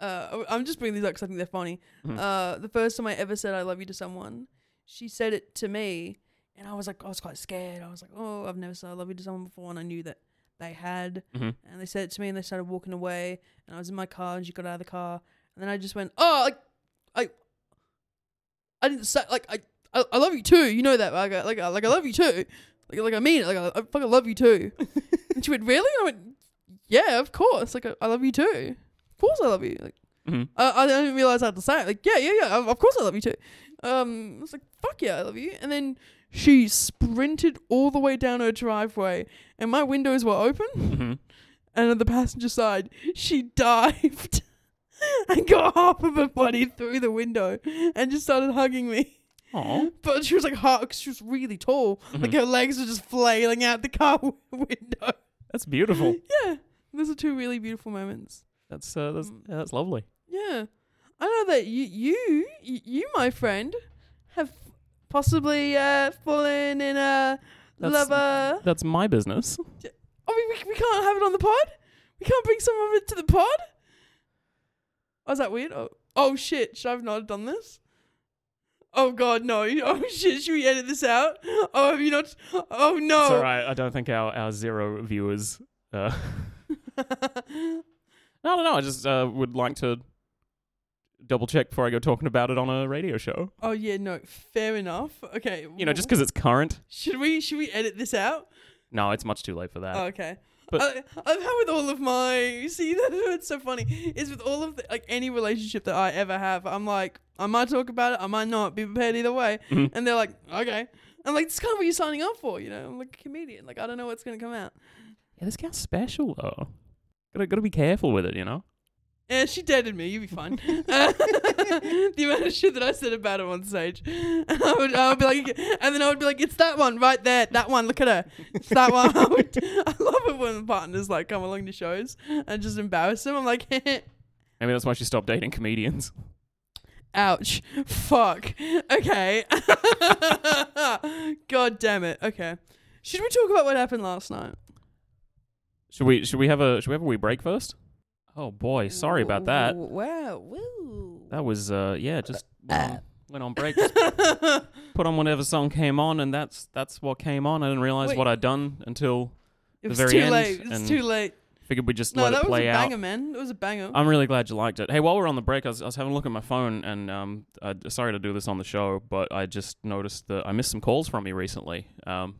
[SPEAKER 1] uh Uh, I'm just bringing these up because I think they're funny.
[SPEAKER 2] Mhm.
[SPEAKER 1] Uh, the first time I ever said I love you to someone, she said it to me, and I was like, I was quite scared. I was like, oh, I've never said I love you to someone before, and I knew that they had.
[SPEAKER 2] Mhm.
[SPEAKER 1] And they said it to me, and they started walking away, and I was in my car, and she got out of the car, and then I just went, oh, like, I, I didn't say like I, I, I love you too. You know that like I, like I, like I love you too. Like like I mean it. Like I, I fucking love you too. and she went, really? And I went, yeah, of course. Like I, I love you too. Of course I love you. Like
[SPEAKER 2] Mhm.
[SPEAKER 1] I, I didn't realize I had to say it. Like, yeah, yeah, yeah. Of, of course I love you too. Um, I was like, fuck yeah, I love you. And then she sprinted all the way down her driveway, and my windows were open.
[SPEAKER 2] Mhm.
[SPEAKER 1] And on the passenger side, she *laughs* dived and got half of her body through the window and just started hugging me. *laughs*
[SPEAKER 2] Aw.
[SPEAKER 1] But she was like, hot because she was really tall.
[SPEAKER 2] Hmm. Mm-hmm.
[SPEAKER 1] Like her legs were just flailing out the car *laughs* w- window.
[SPEAKER 2] *laughs* That's *laughs* beautiful.
[SPEAKER 1] Yeah, those are two really beautiful moments.
[SPEAKER 2] That's uh, that's yeah, that's lovely.
[SPEAKER 1] Yeah, I know that you, you, y- you, my friend, have possibly uh, fallen in a
[SPEAKER 2] That's-
[SPEAKER 1] lover.
[SPEAKER 2] That's my business.
[SPEAKER 1] Oh, we, we we can't have it on the pod. We can't bring some of it to the pod. Oh, is that weird? Oh, oh shit! Should I've not done this? Oh god, no! *laughs* Oh shit! Should we edit this out? Oh, have you not? Oh no!
[SPEAKER 2] It's all right. I don't think our, our zero viewers. Uh, *laughs* I don't know. I just uh, would like to double check before I go talking about it on a radio show.
[SPEAKER 1] *laughs* oh yeah, no. Fair enough. Okay.
[SPEAKER 2] You know, just
[SPEAKER 1] w-
[SPEAKER 2] because it's current.
[SPEAKER 1] should we should we edit this out?
[SPEAKER 2] Mm. No, it's much too late for that.
[SPEAKER 1] Oh, okay.
[SPEAKER 2] but-
[SPEAKER 1] I, I'm how with all of my see *laughs* that it's so funny is with all of the, like any relationship that I ever have I'm like I might talk about it I might not be prepared either way
[SPEAKER 2] *laughs* Mhm.
[SPEAKER 1] and they're like okay I'm like it's kind of what you're signing up for you know I'm like a comedian like I don't know what's gonna come out
[SPEAKER 2] yeah, this guy's special though. Gotta gotta be careful with it. You know.
[SPEAKER 1] and she dated me you'll be
[SPEAKER 2] *laughs*
[SPEAKER 1] fine *laughs* the amount of shit that I said about her on stage I would, I would be like and then I would be like it's that one right there that one look at her It's that one. *laughs* I, would- I love it when partners like come along to shows and just embarrass them. I'm like, *laughs*
[SPEAKER 2] Maybe that's why she stopped dating comedians.
[SPEAKER 1] ouch, fuck, okay. *laughs* God damn it. Okay. Should we talk about what happened last night?
[SPEAKER 2] Should we should we have a should we have a wee break first? Oh boy, sorry about that.
[SPEAKER 1] Wow. Woo.
[SPEAKER 2] That was uh yeah, just went on, went on
[SPEAKER 1] *laughs*
[SPEAKER 2] break. Just put on whatever song came on, and that's that's what came on. I didn't realize
[SPEAKER 1] Wait.
[SPEAKER 2] what I'd done until
[SPEAKER 1] It was
[SPEAKER 2] very
[SPEAKER 1] too
[SPEAKER 2] end
[SPEAKER 1] late. It was
[SPEAKER 2] and
[SPEAKER 1] too late.
[SPEAKER 2] figured we'd just
[SPEAKER 1] No,
[SPEAKER 2] let
[SPEAKER 1] that
[SPEAKER 2] it
[SPEAKER 1] was a
[SPEAKER 2] play out.
[SPEAKER 1] banger, man. It was a banger.
[SPEAKER 2] I'm really glad you liked it. Hey, while we're on the break, I was, I was having a look at my phone, and um, I, sorry to do this on the show, but I just noticed that I missed some calls from you recently. Um,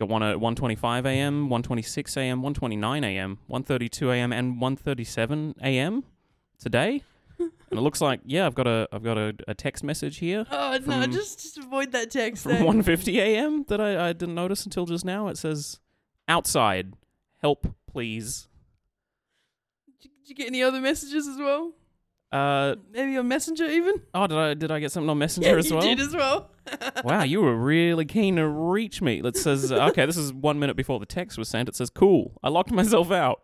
[SPEAKER 2] got one at 1:25 a.m., 1:26 a.m., 1:29 a.m., 1:32 a.m., and 1:37 a.m.
[SPEAKER 1] *laughs*
[SPEAKER 2] today. and it looks like yeah, I've got a I've got a, a text message here
[SPEAKER 1] oh, no,
[SPEAKER 2] from-
[SPEAKER 1] just, just avoid that text.
[SPEAKER 2] from
[SPEAKER 1] there.
[SPEAKER 2] 1:50 a.m. that I, I didn't notice until just now. It says outside, help please.
[SPEAKER 1] Did you get any other messages as well?
[SPEAKER 2] Uh,
[SPEAKER 1] Maybe on Messenger even?
[SPEAKER 2] Oh, did I did I get something on Messenger
[SPEAKER 1] Yeah, *laughs*
[SPEAKER 2] as
[SPEAKER 1] you
[SPEAKER 2] well?
[SPEAKER 1] did as well.
[SPEAKER 2] wow, you were really keen to reach me. That says uh, okay, this is one minute before the text was sent. It says, "Cool, I locked myself out,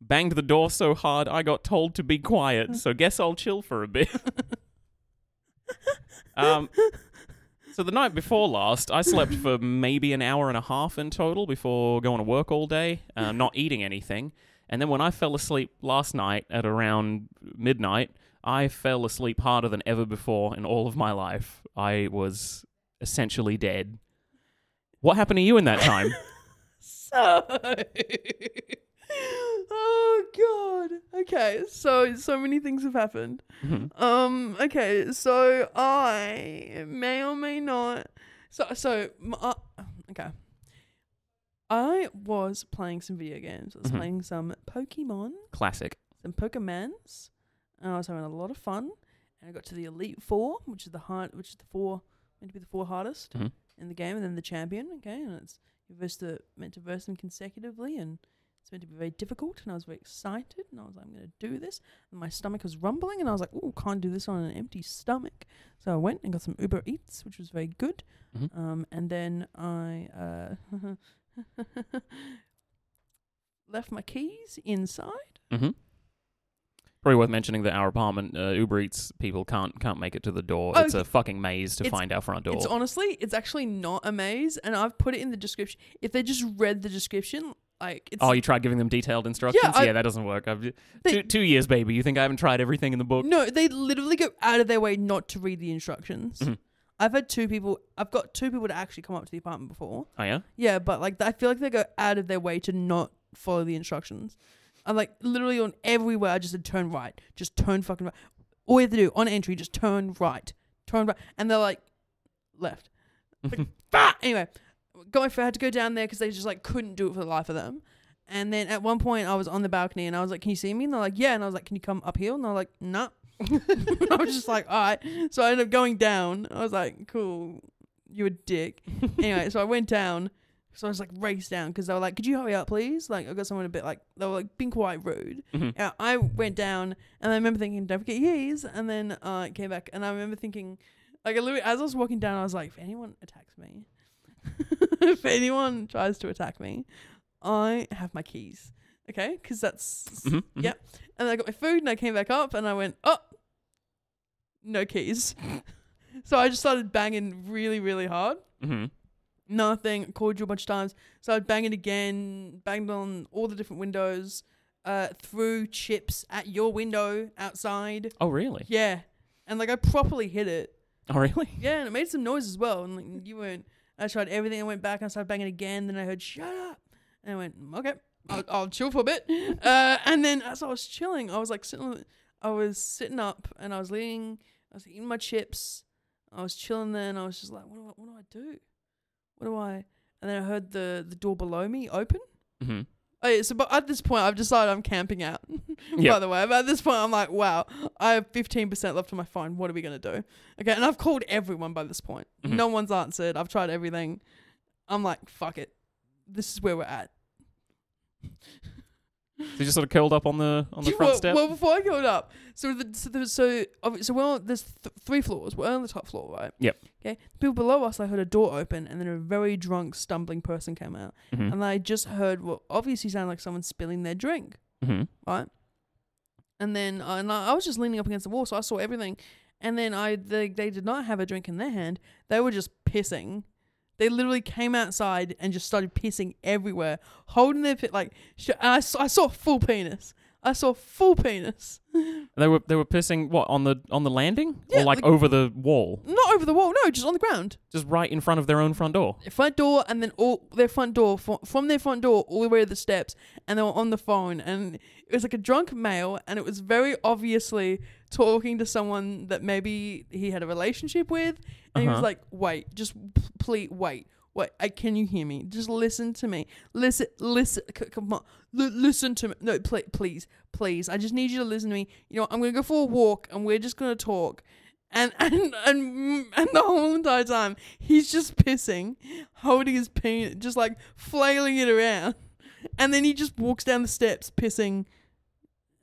[SPEAKER 2] banged the door so hard I got told to be quiet. So guess I'll chill for a bit." *laughs*
[SPEAKER 1] *laughs*
[SPEAKER 2] um, so the night before last, I slept for maybe an hour and a half in total before going to work all day, um, not eating anything. And then when I fell asleep last night at around midnight, I fell asleep harder than ever before in all of my life. I was essentially dead. What happened to you in that time?
[SPEAKER 1] So, *laughs* oh god. Okay, so so many things have happened.
[SPEAKER 2] Mhm.
[SPEAKER 1] Um. Okay, so I may or may not. So so m- uh, okay. I was playing some video games. I was
[SPEAKER 2] Mhm.
[SPEAKER 1] playing some Pokemon,
[SPEAKER 2] Classic.
[SPEAKER 1] some Pokemans, and I was having a lot of fun. And I got to the Elite Four, which is the hard, which is the four meant to be the four hardest
[SPEAKER 2] Mhm.
[SPEAKER 1] in the game, and then the champion. Okay, and it's you verse the meant to verse them consecutively, and it's meant to be very difficult. And I was very excited, and I was like, I'm going to do this. And my stomach was rumbling, and I was like, Oh, can't do this on an empty stomach. So I went and got some Uber Eats, which was very good.
[SPEAKER 2] Mhm.
[SPEAKER 1] Um, and then I uh, *laughs* left my keys inside. Mm-hmm.
[SPEAKER 2] hmm Probably worth mentioning that our apartment uh, Uber Eats people can't can't make it to the door.
[SPEAKER 1] Oh,
[SPEAKER 2] it's a fucking maze to
[SPEAKER 1] it's-
[SPEAKER 2] find our front door.
[SPEAKER 1] It's honestly, it's actually not a maze, and I've put it in the description. If they just read the description, Like it's
[SPEAKER 2] Oh, you tried giving them detailed instructions?
[SPEAKER 1] I-
[SPEAKER 2] that doesn't work. I've,
[SPEAKER 1] They-
[SPEAKER 2] two, two years, baby. You think I haven't tried everything in the book?
[SPEAKER 1] No, they literally go out of their way not to read the instructions.
[SPEAKER 2] Mm-hmm.
[SPEAKER 1] I've had two people. I've got two people to actually come up to the apartment before.
[SPEAKER 2] Oh, yeah?
[SPEAKER 1] Yeah, but like I feel like they go out of their way to not follow the instructions. I'm like literally on everywhere. I just said turn right, just turn fucking right. All you have to do on entry, just turn right, turn right, and they're like left. *laughs*
[SPEAKER 2] Mm-hmm.
[SPEAKER 1] Like, fuck! Anyway, going for I had to go down there because they just like couldn't do it for the life of them. And then at one point, I was on the balcony and I was like, "Can you see me?" And they're like, "Yeah." And I was like, "Can you come up here?" And they're like, "No." *laughs* I was just like, "All right." So I ended up going down. I was like, "Cool, you a dick." anyway, so I went down. So I was like raced down because they were like, "Could you hurry up, please?" Like I got someone a bit like they were like being quite rude.
[SPEAKER 2] Mhm.
[SPEAKER 1] Uh, I went down and I remember thinking, "Don't forget your keys." And then uh, it came back and I remember thinking, like, I literally, as I was walking down, I was like, "If anyone attacks me, *laughs* if anyone tries to attack me, I have my keys, okay? Because that's
[SPEAKER 2] Mhm, mhm.
[SPEAKER 1] Yep. and I got my food and I came back up and I went, oh, no keys. *laughs* so I just started banging really, really hard.
[SPEAKER 2] Mhm.
[SPEAKER 1] Nothing. Called you a bunch of times. So I'd bang it again, banged on all the different windows, uh, threw chips at your window outside.
[SPEAKER 2] Oh, really?
[SPEAKER 1] Yeah. And like I properly hit it.
[SPEAKER 2] Oh, really?
[SPEAKER 1] Yeah, and it made some noise as well. And like, you weren't. I tried everything. I went back and I started banging again. Then I heard "shut up," and I went okay. I'll, I'll chill for a bit. Uh, and then as I was chilling, I was like sitting. on the- I was sitting up and I was leaning. I was eating my chips. I was chilling there, and I was just like, what do I, what do I do? What do I? And then I heard the the door below me open.
[SPEAKER 2] hmm
[SPEAKER 1] Oh, yeah, so but at this point, I've decided I'm camping out. *laughs* By
[SPEAKER 2] Yep.
[SPEAKER 1] the way, but at this point, I'm like, wow, I have 15% left on my phone. What are we gonna do? Okay, and I've called everyone by this point.
[SPEAKER 2] Mhm.
[SPEAKER 1] No one's answered. I've tried everything. I'm like, fuck it. This is where we're at.
[SPEAKER 2] So you just sort of curled up on the on the
[SPEAKER 1] You
[SPEAKER 2] front
[SPEAKER 1] were-
[SPEAKER 2] step?
[SPEAKER 1] Well, before I go up, so the, so the, so obvi- so well, there's th- three floors. We're on the top floor, right?
[SPEAKER 2] Yep.
[SPEAKER 1] Okay. People below us, I heard a door open, and then a very drunk, stumbling person came out,
[SPEAKER 2] Mhm.
[SPEAKER 1] and I just heard what obviously sounded like someone spilling their drink.
[SPEAKER 2] Mhm.
[SPEAKER 1] right? And then uh, and I I was just leaning up against the wall, so I saw everything. And then I they, they did not have a drink in their hand; they were just pissing. They literally came outside and just started pissing everywhere, holding their pit like. Sh- and I saw, I saw full penis. I saw full penis, *laughs*
[SPEAKER 2] They were they were pissing what on the on the landing
[SPEAKER 1] Yeah,
[SPEAKER 2] or like
[SPEAKER 1] like-
[SPEAKER 2] over the wall,
[SPEAKER 1] not over the wall, no, just on the ground,
[SPEAKER 2] just right in front of their own front door.
[SPEAKER 1] Their front door, and then all their front door fro- from their front door all the way to the steps, and they were on the phone, and it was like a drunk male, and it was very obviously talking to someone that maybe he had a relationship with and he was
[SPEAKER 2] Uh-huh.
[SPEAKER 1] like wait just p- please wait wait I, can you hear me just listen to me listen listen c- come on L- listen to me no pl- please please i just need you to listen to me you know i'm gonna go for a walk and we're just gonna talk and *laughs* and and, and the whole entire time he's just pissing holding his penis just like flailing it around and then he just walks down the steps pissing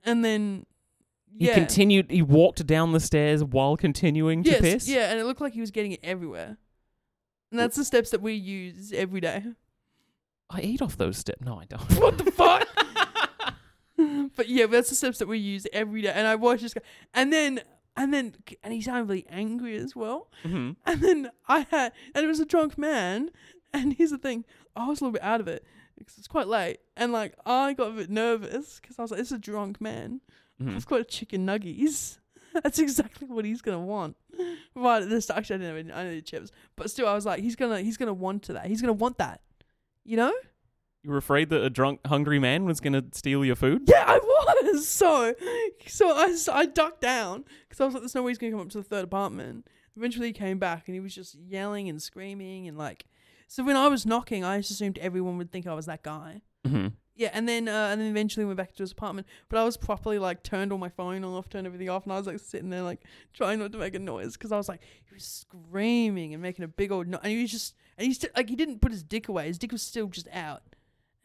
[SPEAKER 1] and then
[SPEAKER 2] He
[SPEAKER 1] yeah
[SPEAKER 2] continued. He walked down the stairs while continuing
[SPEAKER 1] yes,
[SPEAKER 2] to piss.
[SPEAKER 1] Yeah, and it looked like he was getting it everywhere. And that's the steps that we use every
[SPEAKER 2] *laughs*
[SPEAKER 1] day.
[SPEAKER 2] I ate off those steps. No, I don't.
[SPEAKER 1] What the fuck? *laughs* but yeah, that's the steps that we use every day. And I watched this guy, and then and then and he sounded really angry as well.
[SPEAKER 2] Mhm.
[SPEAKER 1] And then I had, and it was a drunk man. And here's the thing I was a little bit out of it because it's quite late. And like, I got a bit nervous because I was like, this is a drunk man.
[SPEAKER 2] Mhm.
[SPEAKER 1] I've got chicken nuggies. *laughs* That's exactly what he's gonna want. Right at this, actually, I didn't have any, I needed chips, but still, I was like, he's gonna, he's gonna want to that. He's gonna want that, you know?
[SPEAKER 2] *laughs* You were afraid that a drunk, hungry man was going to steal your food?
[SPEAKER 1] Yeah, I was. *laughs* So, so I, s- I ducked down because I was like, there's no way he's gonna come up to the third apartment. Eventually, he came back and he was just yelling and screaming and like. So when I was knocking, I just assumed everyone would think I was that guy.
[SPEAKER 2] Mm-hmm.
[SPEAKER 1] Yeah, and then uh, and then eventually went back to his apartment. But I was properly like turned all my phone off, turned everything off, and I was like sitting there like trying not to make a noise because I was like he was screaming and making a big old no and he was just and he st- like he didn't put his dick away. His dick was still just out,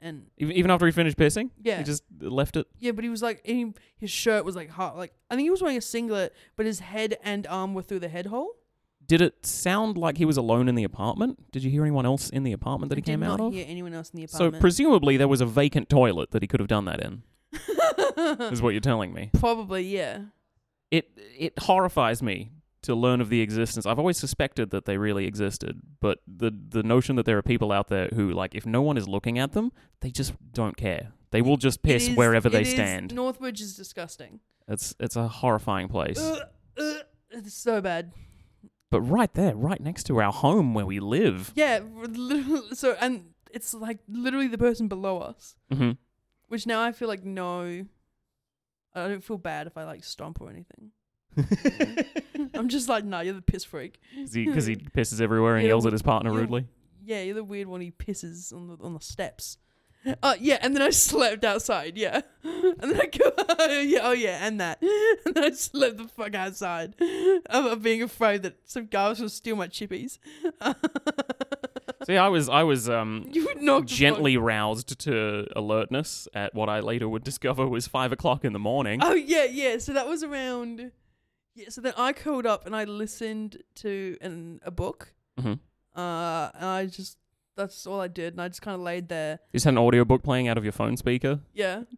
[SPEAKER 1] and
[SPEAKER 2] Even after he finished pissing,
[SPEAKER 1] yeah,
[SPEAKER 2] he just left it.
[SPEAKER 1] yeah. But he was like and he, his shirt was like hot. Like I think he was wearing a singlet, but his head and arm were through the head hole.
[SPEAKER 2] Did it sound like he was alone in the apartment? Did you hear anyone else in the apartment that he
[SPEAKER 1] I did
[SPEAKER 2] came out
[SPEAKER 1] not
[SPEAKER 2] of?
[SPEAKER 1] hear anyone else in the *laughs*
[SPEAKER 2] So
[SPEAKER 1] apartment.
[SPEAKER 2] presumably there was a vacant toilet that he could have done that in. is what you're telling me.
[SPEAKER 1] probably yeah.
[SPEAKER 2] It it horrifies me to learn of the existence. I've always suspected that they really existed, but the the notion that there are people out there who like if no one is looking at them, they just don't care. They will just
[SPEAKER 1] It
[SPEAKER 2] piss
[SPEAKER 1] is-
[SPEAKER 2] wherever
[SPEAKER 1] it
[SPEAKER 2] they
[SPEAKER 1] is-
[SPEAKER 2] stand.
[SPEAKER 1] Northbridge is disgusting.
[SPEAKER 2] it's it's a horrifying place.
[SPEAKER 1] Ugh, ugh, it's so bad.
[SPEAKER 2] But right there, right next to our home where we live.
[SPEAKER 1] Yeah. literally- *laughs* So and it's like literally the person below us, *laughs*
[SPEAKER 2] hmm
[SPEAKER 1] which now I feel like no. I don't feel bad if I like stomp or
[SPEAKER 2] *laughs*
[SPEAKER 1] anything. I'm just like, nah, you're the piss freak.
[SPEAKER 2] Because he, 'cause he pisses everywhere and
[SPEAKER 1] Yeah,
[SPEAKER 2] yells
[SPEAKER 1] we-
[SPEAKER 2] at his partner
[SPEAKER 1] you-
[SPEAKER 2] rudely.
[SPEAKER 1] Yeah, you're the weird one who pisses on the on the steps. Uh, yeah, and then I *laughs* slept outside. Yeah, and then I go, *laughs* yeah, oh yeah, and that, *laughs* and then I slept the fuck outside of, of being afraid that some guy was gonna steal my chippies.
[SPEAKER 2] See, I was I was um
[SPEAKER 1] you would knock the fuck-
[SPEAKER 2] gently roused to alertness at what I later would discover was five o'clock in the morning.
[SPEAKER 1] Oh yeah, yeah. So that was around. Yeah. So then I curled up and I listened to an a book.
[SPEAKER 2] hmm
[SPEAKER 1] Uh, and I just that's all I did, and I just kind of laid there.
[SPEAKER 2] You just had an audiobook playing out of your phone speaker.
[SPEAKER 1] Yeah. *laughs*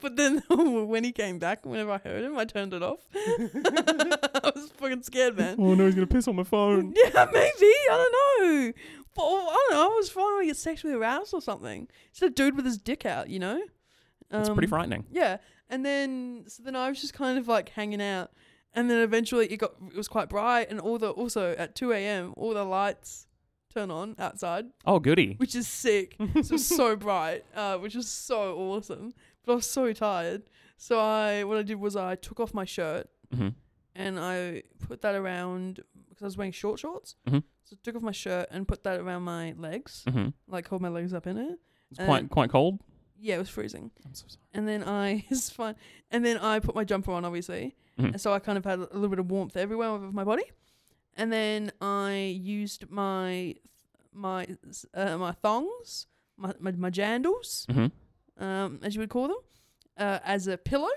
[SPEAKER 1] But then *laughs* when he came back, whenever I heard him, I turned it off. *laughs* I was fucking scared, man.
[SPEAKER 2] Oh no,
[SPEAKER 1] *laughs*
[SPEAKER 2] he's gonna piss on my phone.
[SPEAKER 1] Yeah, maybe. I don't know. But I don't know. I was trying to get sexually aroused or something. It's a dude with his dick out, you know?
[SPEAKER 2] It's
[SPEAKER 1] Um,
[SPEAKER 2] pretty frightening.
[SPEAKER 1] Yeah. And then, so then I was just kind of like hanging out. And then eventually it got, it was quite bright. And all the, also at 2 a.m., all the lights turn on outside,
[SPEAKER 2] Oh goody.
[SPEAKER 1] which is sick. So it was so bright, uh, which was so awesome. But I was so tired. So I what I did was I took off my shirt
[SPEAKER 2] hmm
[SPEAKER 1] and I put that around because I was wearing short shorts.
[SPEAKER 2] Mhm.
[SPEAKER 1] So I took off my shirt and put that around my legs,
[SPEAKER 2] hmm
[SPEAKER 1] like hold my legs up in it.
[SPEAKER 2] It's
[SPEAKER 1] And-
[SPEAKER 2] quite quite cold.
[SPEAKER 1] Yeah, it was freezing.
[SPEAKER 2] Uh, I'm so sorry.
[SPEAKER 1] And then I *laughs* it's fine. And then I put my jumper on, obviously.
[SPEAKER 2] Mhm.
[SPEAKER 1] And so I kind of had a little bit of warmth everywhere of my body. And then I used my my uh, my thongs, my my, my jandals.
[SPEAKER 2] hmm
[SPEAKER 1] um, as you would call them, uh, as a pillow.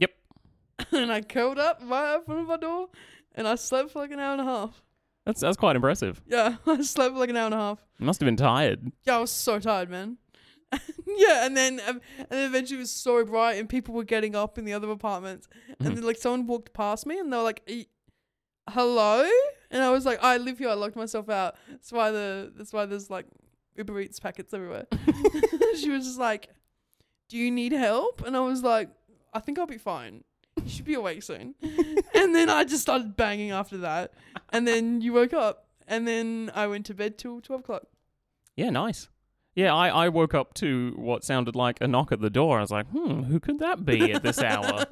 [SPEAKER 2] Yep.
[SPEAKER 1] *laughs* and I curled up right up front of my door, and I slept for like an hour and a half.
[SPEAKER 2] That's that's quite impressive.
[SPEAKER 1] Yeah, *laughs* I slept for like an hour and a half.
[SPEAKER 2] You must have been tired.
[SPEAKER 1] Yeah, I was so tired, man. *laughs* yeah, and then um, and then eventually it was so bright, and people were getting up in the other apartments,
[SPEAKER 2] Mhm.
[SPEAKER 1] and then like someone walked past me, and they were like, "E- "Hello," and I was like, "I live here. I locked myself out. That's why the that's why there's like Uber Eats packets everywhere." *laughs* she was just like, "Do you need help?" And I was like, "I think I'll be fine. You should be awake soon." and then I just started banging after that, and then you woke up, and then I went to bed till twelve o'clock.
[SPEAKER 2] Yeah, nice. Yeah, I, I woke up to what sounded like a knock at the door. I was like, hmm, who could that be at this hour?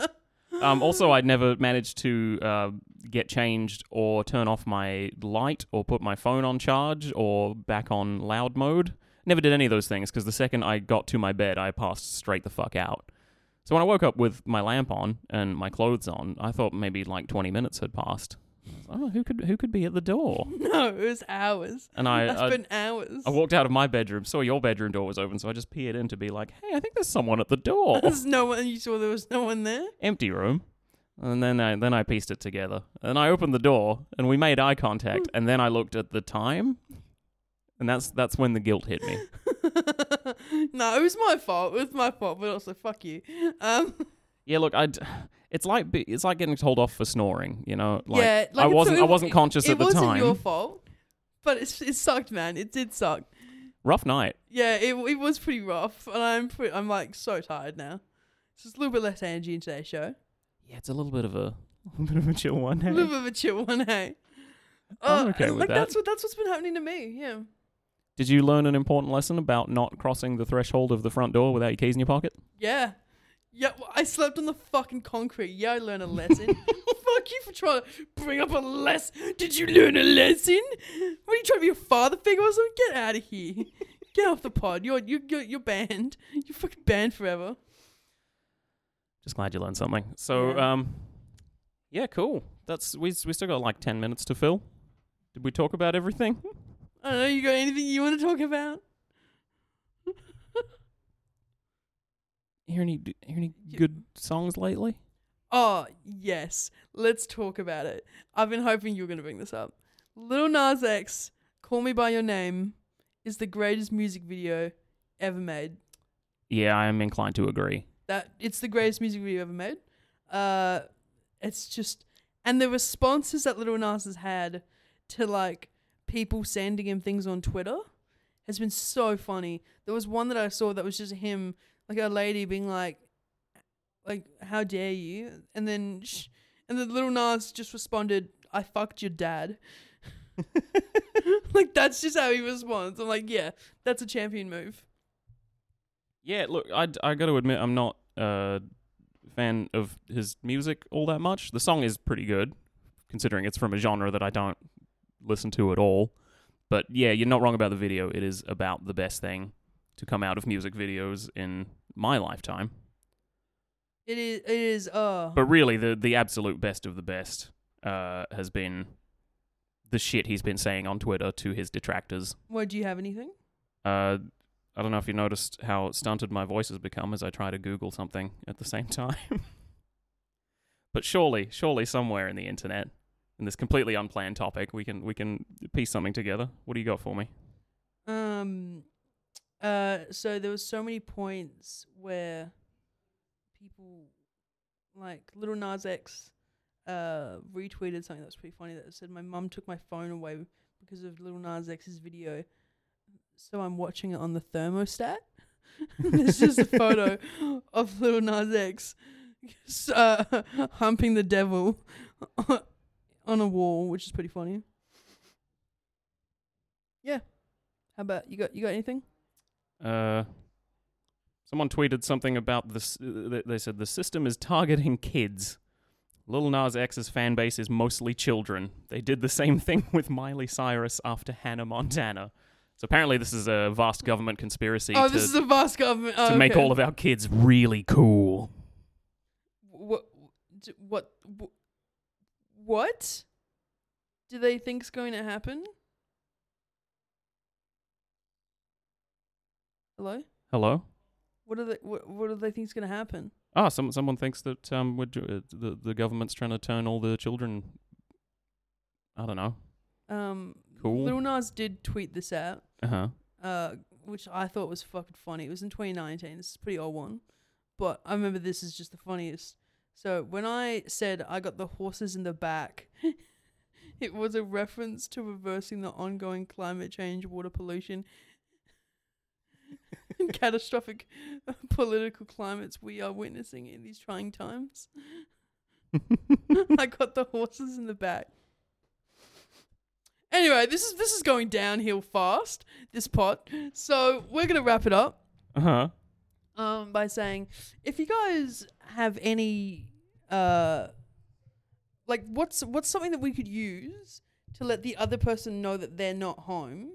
[SPEAKER 2] um, also, I'd never managed to uh, get changed or turn off my light or put my phone on charge or back on loud mode. Never did any of those things because the second I got to my bed, I passed straight the fuck out. So when I woke up with my lamp on and my clothes on, I thought maybe like 20 minutes had passed. I was like, Oh, who could who could be at the door?
[SPEAKER 1] *laughs* No, it was hours.
[SPEAKER 2] And
[SPEAKER 1] *laughs*
[SPEAKER 2] I,
[SPEAKER 1] I,
[SPEAKER 2] I
[SPEAKER 1] spent hours.
[SPEAKER 2] I walked out of my bedroom, saw your bedroom door was open, so I just peered in to be like, "Hey, I think there's someone at
[SPEAKER 1] *laughs*
[SPEAKER 2] the door."
[SPEAKER 1] *laughs* There's no one. You saw there was no one there. *laughs*
[SPEAKER 2] Empty room. And then I then I pieced it together. And I opened the door, and we made eye contact, and then I looked at the time, and that's that's when the guilt
[SPEAKER 1] *laughs*
[SPEAKER 2] hit me.
[SPEAKER 1] no, it was my fault. It was my fault, but also fuck you. Um,
[SPEAKER 2] Yeah, look, I. It's like be- it's like getting told off for snoring, you know. Like,
[SPEAKER 1] yeah, like
[SPEAKER 2] I
[SPEAKER 1] it's-
[SPEAKER 2] wasn't
[SPEAKER 1] it-
[SPEAKER 2] I wasn't conscious
[SPEAKER 1] it
[SPEAKER 2] at the
[SPEAKER 1] wasn't
[SPEAKER 2] time.
[SPEAKER 1] your fault, but it's it sucked, man. It did suck.
[SPEAKER 2] Rough night.
[SPEAKER 1] Yeah, it it was pretty rough, and I'm pretty, I'm like so tired now. It's just a little bit less energy in today's show.
[SPEAKER 2] Yeah, it's a little bit of a, *laughs* a little bit of a chill one.
[SPEAKER 1] A
[SPEAKER 2] eh? hey? *laughs*
[SPEAKER 1] little bit of a chill one, hey. Uh,
[SPEAKER 2] I'm okay
[SPEAKER 1] and,
[SPEAKER 2] with
[SPEAKER 1] like
[SPEAKER 2] that.
[SPEAKER 1] that's what that's what's been happening to me. Yeah.
[SPEAKER 2] Did you learn an important lesson about not crossing the threshold of the front door without your keys in your pocket?
[SPEAKER 1] Yeah. Yeah, well, I slept on the fucking concrete. Yeah, I learned a lesson. Fuck you for trying to bring up a lesson. Did you learn a lesson? What are you trying to be a father figure or something? Get out of here. Get off the pod. You're, you're, you're, you're banned. You're fucking banned forever.
[SPEAKER 2] just glad you learned something. So,
[SPEAKER 1] Yeah.
[SPEAKER 2] um, yeah, cool. That's we we still got like ten minutes to fill. Did we talk about everything?
[SPEAKER 1] I don't know. You got anything you want to talk about?
[SPEAKER 2] Hear any d- hear any good songs lately?
[SPEAKER 1] Oh, yes. Let's talk about it. I've been hoping you were going to bring this up. Little Nas X, Call Me By Your Name, is the greatest music video ever made.
[SPEAKER 2] Yeah, I am inclined to agree.
[SPEAKER 1] That it's the greatest music video ever made. Uh, it's just and the responses that Little Nas has had to like people sending him things on Twitter has been so funny. There was one that I saw that was just him, like a lady being like, like how dare you, and then sh- and then Little Nas just responded, "I fucked your dad." *laughs* like that's just how he responds. I'm like, yeah, that's a champion move.
[SPEAKER 2] Yeah, look, I I got to admit I'm not a fan of his music all that much. The song is pretty good, considering it's from a genre that I don't listen to at all. But yeah, you're not wrong about the video. It is about the best thing to come out of music videos in my lifetime.
[SPEAKER 1] It is. It is. Uh.
[SPEAKER 2] But really, the the absolute best of the best uh, has been the shit he's been saying on Twitter to his detractors.
[SPEAKER 1] what do you have anything?
[SPEAKER 2] Uh, I don't know if you noticed how stunted my voice has become as I try to Google something at the same *laughs* time. but surely, surely somewhere in the internet, in this completely unplanned topic, we can we can piece something together. What do you got for me?
[SPEAKER 1] Um. Uh. So there was so many points where people, like Little Nas X, uh, retweeted something that was pretty funny that said, "My mum took my phone away because of Little Nas X's video, so I'm watching it on the thermostat." *laughs* *laughs* It's just a photo of Little Nas X s- uh, humping the devil *laughs* on a wall, which is pretty funny. Yeah. How about you got you got anything?
[SPEAKER 2] Uh, someone tweeted something about this. They said the system is targeting kids. Lil Nas X's fan base is mostly children. They did the same *laughs* thing with Miley Cyrus after Hannah Montana. So apparently, this is a vast government conspiracy
[SPEAKER 1] Oh,
[SPEAKER 2] to,
[SPEAKER 1] this is oh, a vast government.
[SPEAKER 2] to make all of our kids really cool.
[SPEAKER 1] what d- what wh- what do they think's going to happen? Hello.
[SPEAKER 2] Hello.
[SPEAKER 1] What do they what, what do they think's going to happen?
[SPEAKER 2] Ah, some someone thinks that um, we're, ju- uh, the the government's trying to turn all the children. I don't know.
[SPEAKER 1] Um,
[SPEAKER 2] Cool.
[SPEAKER 1] Lil Nas did tweet this out.
[SPEAKER 2] Uh huh.
[SPEAKER 1] uh, which I thought was fucking funny. It was in 2019. This is a pretty old one, but I remember this is just the funniest. So when I said I got the horses in the back, *laughs* it was a reference to reversing the ongoing climate change, water pollution, *laughs* and catastrophic *laughs* political climates we are witnessing in these trying times. *laughs* I got the horses in the back. Anyway, this is this is going downhill fast. This pot. So we're gonna wrap it up
[SPEAKER 2] Uh huh.
[SPEAKER 1] um, by saying if you guys have any uh, like what's what's something that we could use to let the other person know that they're not home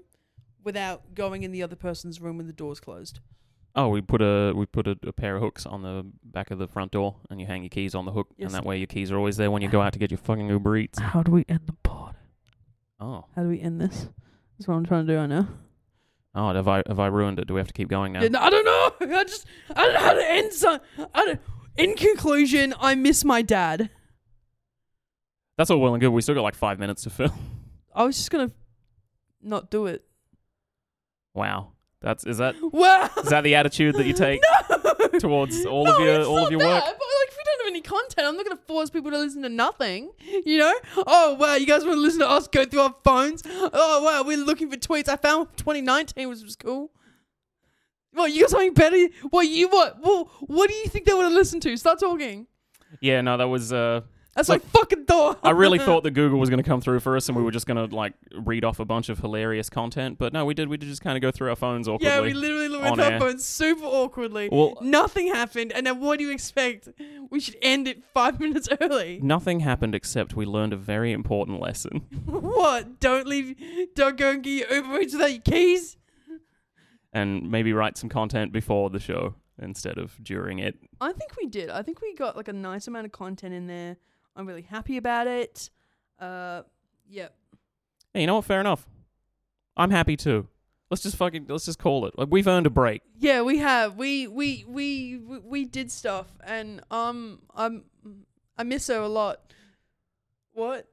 [SPEAKER 1] without going in the other person's room when the door's closed.
[SPEAKER 2] Oh, we put a we put a, a pair of hooks on the back of the front door, and you hang your keys on the hook,
[SPEAKER 1] Yes.
[SPEAKER 2] and that way your keys are always there when
[SPEAKER 1] *laughs*
[SPEAKER 2] you go out to get your fucking Uber Eats.
[SPEAKER 1] How do we end the pod?
[SPEAKER 2] Oh,
[SPEAKER 1] How do we end this? That's what I'm trying to do right now.
[SPEAKER 2] oh, have I have I ruined it? Do we have to keep going now?
[SPEAKER 1] Yeah, no, I don't know. *laughs* I just I don't know how to end. So I don't. In conclusion, I miss my dad.
[SPEAKER 2] That's all well and good. We still got like five minutes to film. *laughs*
[SPEAKER 1] I was just gonna not do it. *laughs*
[SPEAKER 2] Wow, that's is that
[SPEAKER 1] Wow.
[SPEAKER 2] is that the attitude
[SPEAKER 1] *laughs*
[SPEAKER 2] that you take
[SPEAKER 1] No.
[SPEAKER 2] towards all
[SPEAKER 1] No,
[SPEAKER 2] of your
[SPEAKER 1] it's
[SPEAKER 2] all
[SPEAKER 1] not
[SPEAKER 2] of your
[SPEAKER 1] that,
[SPEAKER 2] work?
[SPEAKER 1] But like, if we don't have any content, I'm not gonna force people to listen to nothing. You know? Oh wow, you guys want to listen to us go through our phones? Oh wow, we're looking for tweets. I found 2019 was was cool. Well, you got something better? Well, you what? Well, what do you think they want to listen to? Start talking.
[SPEAKER 2] Yeah, no, that was. uh
[SPEAKER 1] That's my fucking thought.
[SPEAKER 2] I
[SPEAKER 1] *laughs*
[SPEAKER 2] really thought that Google was going to come through for us, and we were just going to like read off a bunch of hilarious content. But no, we did. We did just kind of go through our phones awkwardly.
[SPEAKER 1] Yeah, we literally looked
[SPEAKER 2] on
[SPEAKER 1] at
[SPEAKER 2] air.
[SPEAKER 1] our phones super awkwardly.
[SPEAKER 2] Well-
[SPEAKER 1] *laughs* Nothing happened, and then what do you expect? We should end it five *laughs* minutes early.
[SPEAKER 2] Nothing happened except we learned a very important lesson.
[SPEAKER 1] *laughs* What? Don't leave. Don't go and get your Uber Eats without your keys.
[SPEAKER 2] and maybe write some content before the show instead of during it.
[SPEAKER 1] I think we did. I think we got like a nice amount of content in there. I'm really happy about it. Uh, yep.
[SPEAKER 2] Hey, you know what? Fair enough. I'm happy too. Let's just fucking let's just call it. Like, we've earned a break.
[SPEAKER 1] Yeah, we have. We we we we, we did stuff, and um, I'm I miss her a lot. What?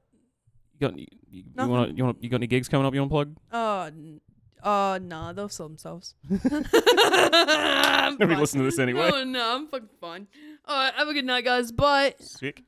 [SPEAKER 2] You got you, you,
[SPEAKER 1] Nothing.
[SPEAKER 2] want you want you got any gigs coming up? You want to plug? *laughs*
[SPEAKER 1] Oh, n- oh, nah, they'll sell themselves. *laughs*
[SPEAKER 2] Nobody listen to this anyway.
[SPEAKER 1] Oh no, I'm fucking fine. All right, have a good night, guys. Bye.
[SPEAKER 2] Sick.